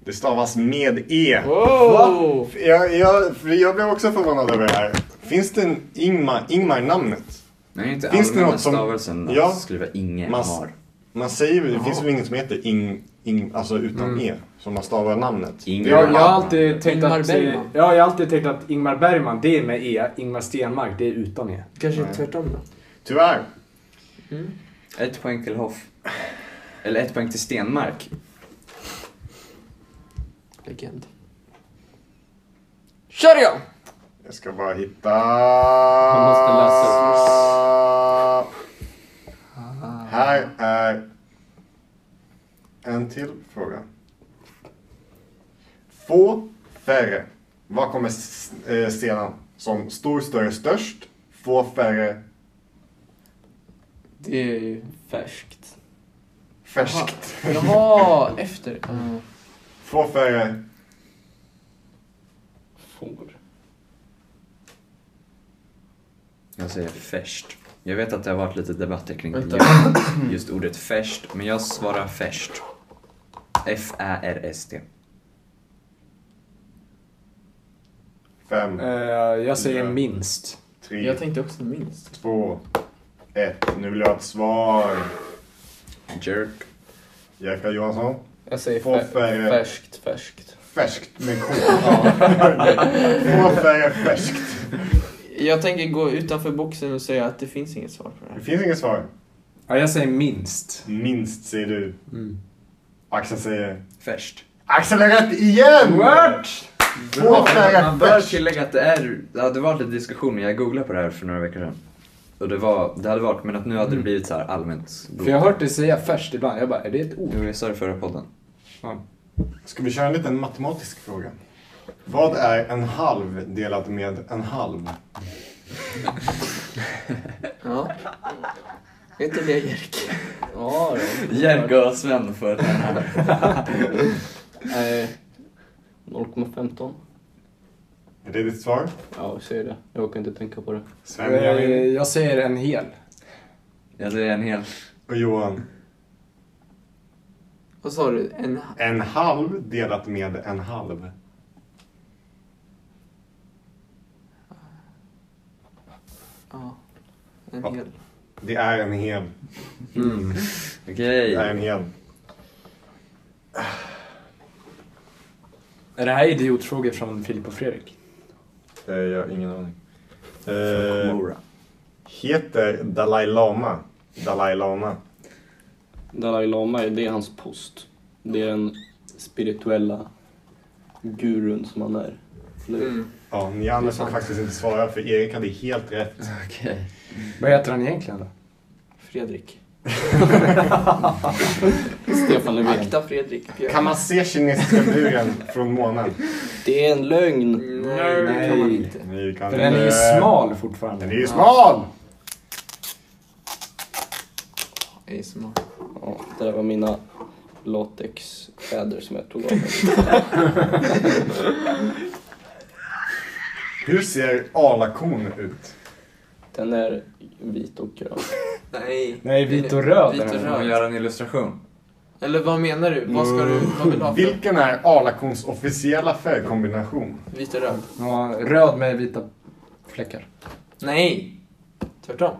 Det stavas med E.
Wow!
Jag, jag, för jag blev också förvånad över det här. Finns det en Ingmar, Ingmar-namnet?
Men är inte
Finns det
allmänna
något som-
stavelsen att
Ja.
skriva inge
Man-
har?
Man säger väl, det finns väl inget som heter ing, ing alltså utan
Mm.
e, som man stavar namnet.
Inge
Jag, jag
har.
har alltid tänkt
Ingmar
att...
Bergman.
Ja, jag har alltid tänkt att Ingmar Bergman, det är med E. Ingmar Stenmark, det är utan E.
Kanske
Nej.
tvärtom då?
Tyvärr.
Ett poäng till Hoff. Eller ett poäng till Stenmark.
Legend. Kör igång!
Jag ska bara hitta...
Man måste
Här är en till fråga. Få, färre. Vad kommer s- eh, sedan? Som stor, större, störst. Få, färre,
Det är ju...
Färskt.
färskt.
Jaha, efter. Ja.
Få, färre,
Får.
Jag säger färskt. Jag vet att det har varit lite debatter kring
Vänta.
just, just ordet färskt, men jag svarar färskt. F-Ä-R-S-T.
fem,
Eh, jag
Ja.
säger minst.
tre,
Jag tänkte också minst.
två, ett. Nu vill jag ha ett svar.
Jerk.
Jerka Johansson.
Jag säger
Få
fä-
färre.
färskt, färskt.
Färskt med K. Få, färre, färskt.
Jag tänker gå utanför boxen och säga att det finns inget svar på det
Det
här.
finns inget svar.
Ja, jag säger minst.
Minst säger du.
Mm.
Axel säger...
Färskt.
Axel är rätt igen!
What?
Två färre
Man bör
färskt.
tillägga att det är, ja, det var lite diskussion, men jag googlade på det här för några veckor sedan. Och det, var, det hade varit, men att nu hade det blivit så här allmänt.
Mm. För jag har hört dig säga färskt ibland. Jag bara, är det ett ord?
Jo, jag sa det i förra podden.
Ska vi köra en liten matematisk fråga? Vad är en halv delat med en halv?
Ja. Är inte det Jerk?
Ja, då.
Jerka och Sven för den här.
Nej. 0,15.
Är det ditt svar?
Ja, jag säger det. Jag orkar inte tänka på det.
Sven,
Eh,
Emil
jag säger en hel.
Jag säger en hel.
och Johan.
Vad sa du? En...
En halv delat med en halv.
Ja. En
Ja.
hel.
Det är en hel.
Okej.
Det är en hel.
Är det här idiotfrågor från Filip och Fredrik?
Jag har ingen aning. Eh,
Mora.
heter Dalai Lama Dalai Lama?
Dalai Lama, det är hans post. Det är den spirituella gurun som han är. Eller hur?
Mm.
Ja, ni andra får faktiskt inte svara för Erik hade helt rätt.
Okej.
Vad heter han egentligen då?
Fredrik.
Stefan Löfven.
Akta Fredrik. Björn.
Kan man se kinesiska muren från månen?
Det är en lögn.
Nej, det kan man
Nej.
inte.
Ni kan
För den är ju
inte-
smal
Den är
fortfarande.
ju smal!
Det är smart.
Ja, det där var mina latexkläder som jag tog av mig.
Hur ser alakon ut?
Den är vit och grön.
Nej.
Nej, vit och röd
Vit
är
och
den.
Får man
röd.
göra en illustration?
Eller vad menar du? Vad ska du... Vad vill du ha för...
Vilken är alakons officiella färgkombination?
Vit och röd?
Ja, röd med vita fläckar.
Nej. Tvärtom.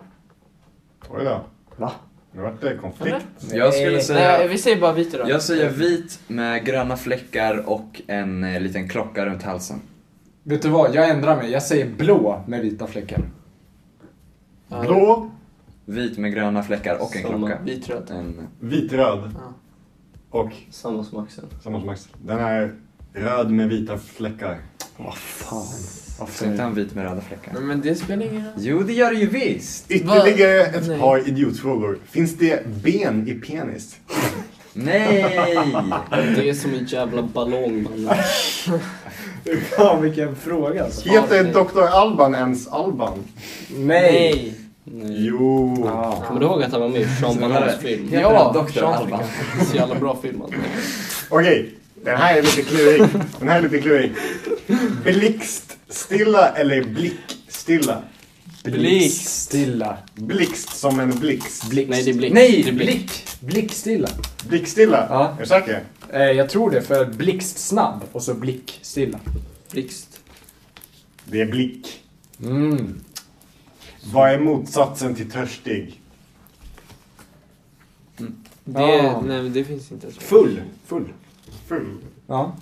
Oj då.
Va?
Nu vart det konflikt.
Jag skulle
Nej,
säga...
vi säger bara vit och röd.
Jag säger vit med gröna fläckar och en eh, liten klocka runt halsen.
Vet du vad, jag ändrar mig. Jag säger blå med vita fläckar.
Ja.
Blå,
Vit med gröna fläckar och en
Samma.
klocka.
Vit och röd.
En,
vitröd
Ja.
och
Samma som Axel.
samma som Axel. Den är röd med vita fläckar.
Vad fan.
så inte han vit med röda fläckar?
Nej, Men det spelar ingen roll.
Jo, det gör det ju visst!
Ytterligare
Va?
ett
Nej.
par idiotfrågor. Finns det ben i penis?
Nej!
Det är som en jävla ballong mannen.
Fan vilken fråga alltså.
Heter Dr. Alban ens Alban?
Nej!
Nej.
Jo.
Ah.
Kommer du ihåg att han var med i Sean Banans film?
Heter
Ja,
han Dr.
Sean
Alban?
Så jävla bra film alltså.
Okej, den här är lite klurig. Den här är lite klurig. Blixtstilla eller blickstilla?
Blickstilla.
Blixt som en blixt.
Blixt.
Nej, det är blick.
Nej,
Det är blick.
Blickstilla.
Blickstilla?
Ja.
Är du säker?
Eh, jag tror det, för blixtsnabb och så blickstilla.
Blixt.
Det är blick.
Mm.
Vad är motsatsen till törstig?
Det,
Ah.
nej, men det finns inte ens.
Full. Full. Full.
Ja.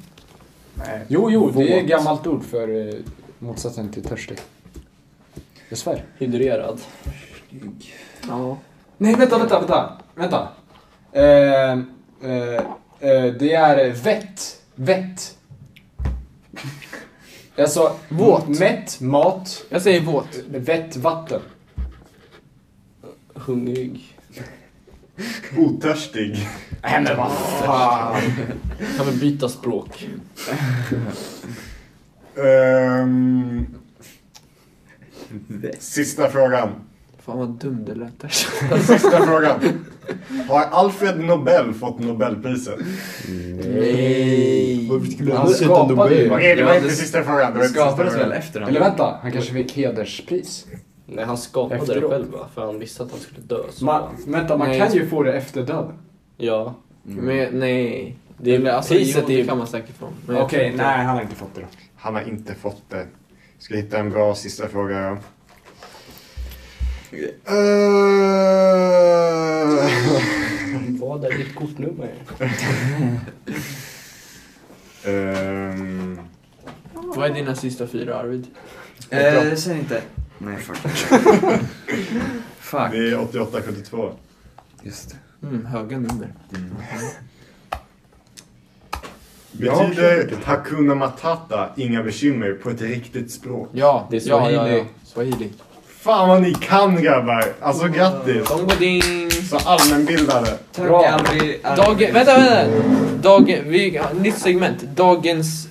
Nej.
Jo, jo, det är
Våt.
ett gammalt ord för eh, motsatsen till törstig. Jag svär.
Hydrerad.
Ja.
Nej, vänta, vänta, vänta. vänta. Eh, eh, eh, det är vett. Vett. Alltså,
Våt.
mätt, mat,
Jag säger våt.
vett, vatten.
Hungrig.
Otörstig.
Nej men vad fan.
Kan vi byta språk?
Ehm, sista frågan.
Fan vad dum det lät där.
Sista frågan. Har Alfred Nobel fått Nobelpriset?
Nej.
Han skapade ju.
Okej, det var
Ja,
inte
det-
sista frågan. Det var
Det
inte sista
skapades väl
frågan.
efter
Eller
honom?
vänta, han kanske fick hederspris.
Nej, han skapade det
Efteråt.
själv va? För han visste att han skulle dö. Så.
Man, vänta, man
Nej.
kan ju få det efter döden.
Ja.
Mm.
Mm. Eh,
Men nej.
Det är,
Eller, alltså,
priset
jo,
är
det
ju...
kan man säkert få. men jag
Okej,
tror inte-
nej han har inte fått det då.
Han har inte fått det. Ska hitta en bra sista fråga. ja.
Eh.
Ehm.
Vad är ditt kortnummer?
Ehm,
Vad är dina sista fyra Arvid?
Eh, det säger inte. Nej, fuck. fuck.
det är 8872.
Just det.
Mm, höga nummer.
Betyder Hakuna Matata inga bekymmer på ett riktigt språk?
Ja,
Det är
ja, ja,
swahili.
ja. Swahili.
Fan vad ni kan grabbar! Alltså grattis!
Dong ding.
Så allmänbildade.
Tack,
Bra.
Alvi.
Dag, vänta, vänta! Dag, vi, nytt segment. Dagens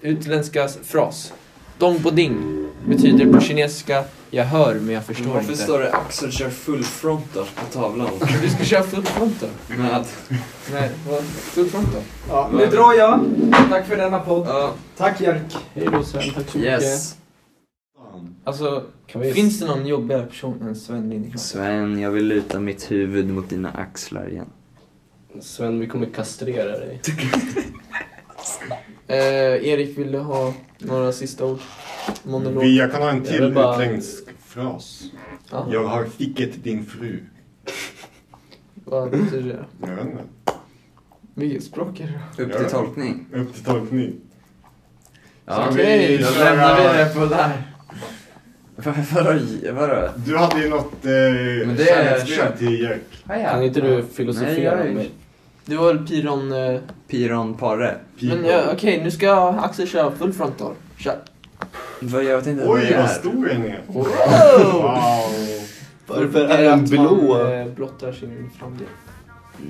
utländska fras. Dong på ding betyder på kinesiska jag hör men jag förstår
Varför
inte.
står det Axel kör full frontal på tavlan?
Du ska köra full front då?
Med...
Nej, vad? Full front då?
Ja, nu drar jag. Tack för denna podd.
Ja,
Tack Jerk.
Hej då Sven, tack så mycket.
yes.
Alltså,
Kan vi...
finns det någon jobbigare person än Sven Lindekrans?
Sven, jag vill luta mitt huvud mot dina axlar igen.
Sven, vi kommer kastrera dig.
Eh, Erik, vill du ha några sista ord? Monolog?
Vi, jag kan ha en
Jag
till
vill bara-
utländsk fras.
Ja,
Jag har ficket din fru.
vad betyder det?
Jag vet inte.
Vilket språk är det?
Upp till tolkning.
Upp till tolkning.
Ja,
Okej,
då
kör
lämnar vi
jag.
det på där. Vadå? Vadå?
Du hade ju något eh,
Men det är
kärleksbrev
kört.
till Jerk.
Kan inte du filosofera
Nej,
om
jag är-
mig?
Det var väl piron... Eh,
Piron Parre.
men ja, okej, nu ska Axel köra full frontal. Kör!
Vad- Jag vet inte vad
Oj,
det
vad
är.
stor den är.
Wow!
Wow.
Varför är den blå?
Man, eh, blottar sin framdel.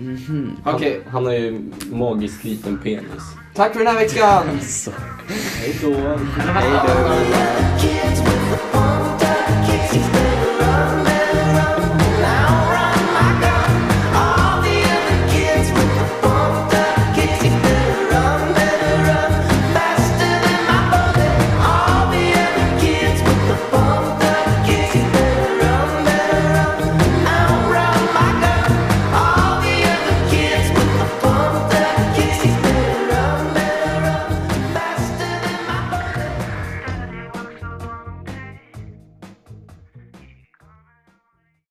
Mhm.
Han-
Okej,
Han har ju magiskt liten penis.
tack för den här veckan!
Alltså.
Hej då.
Kids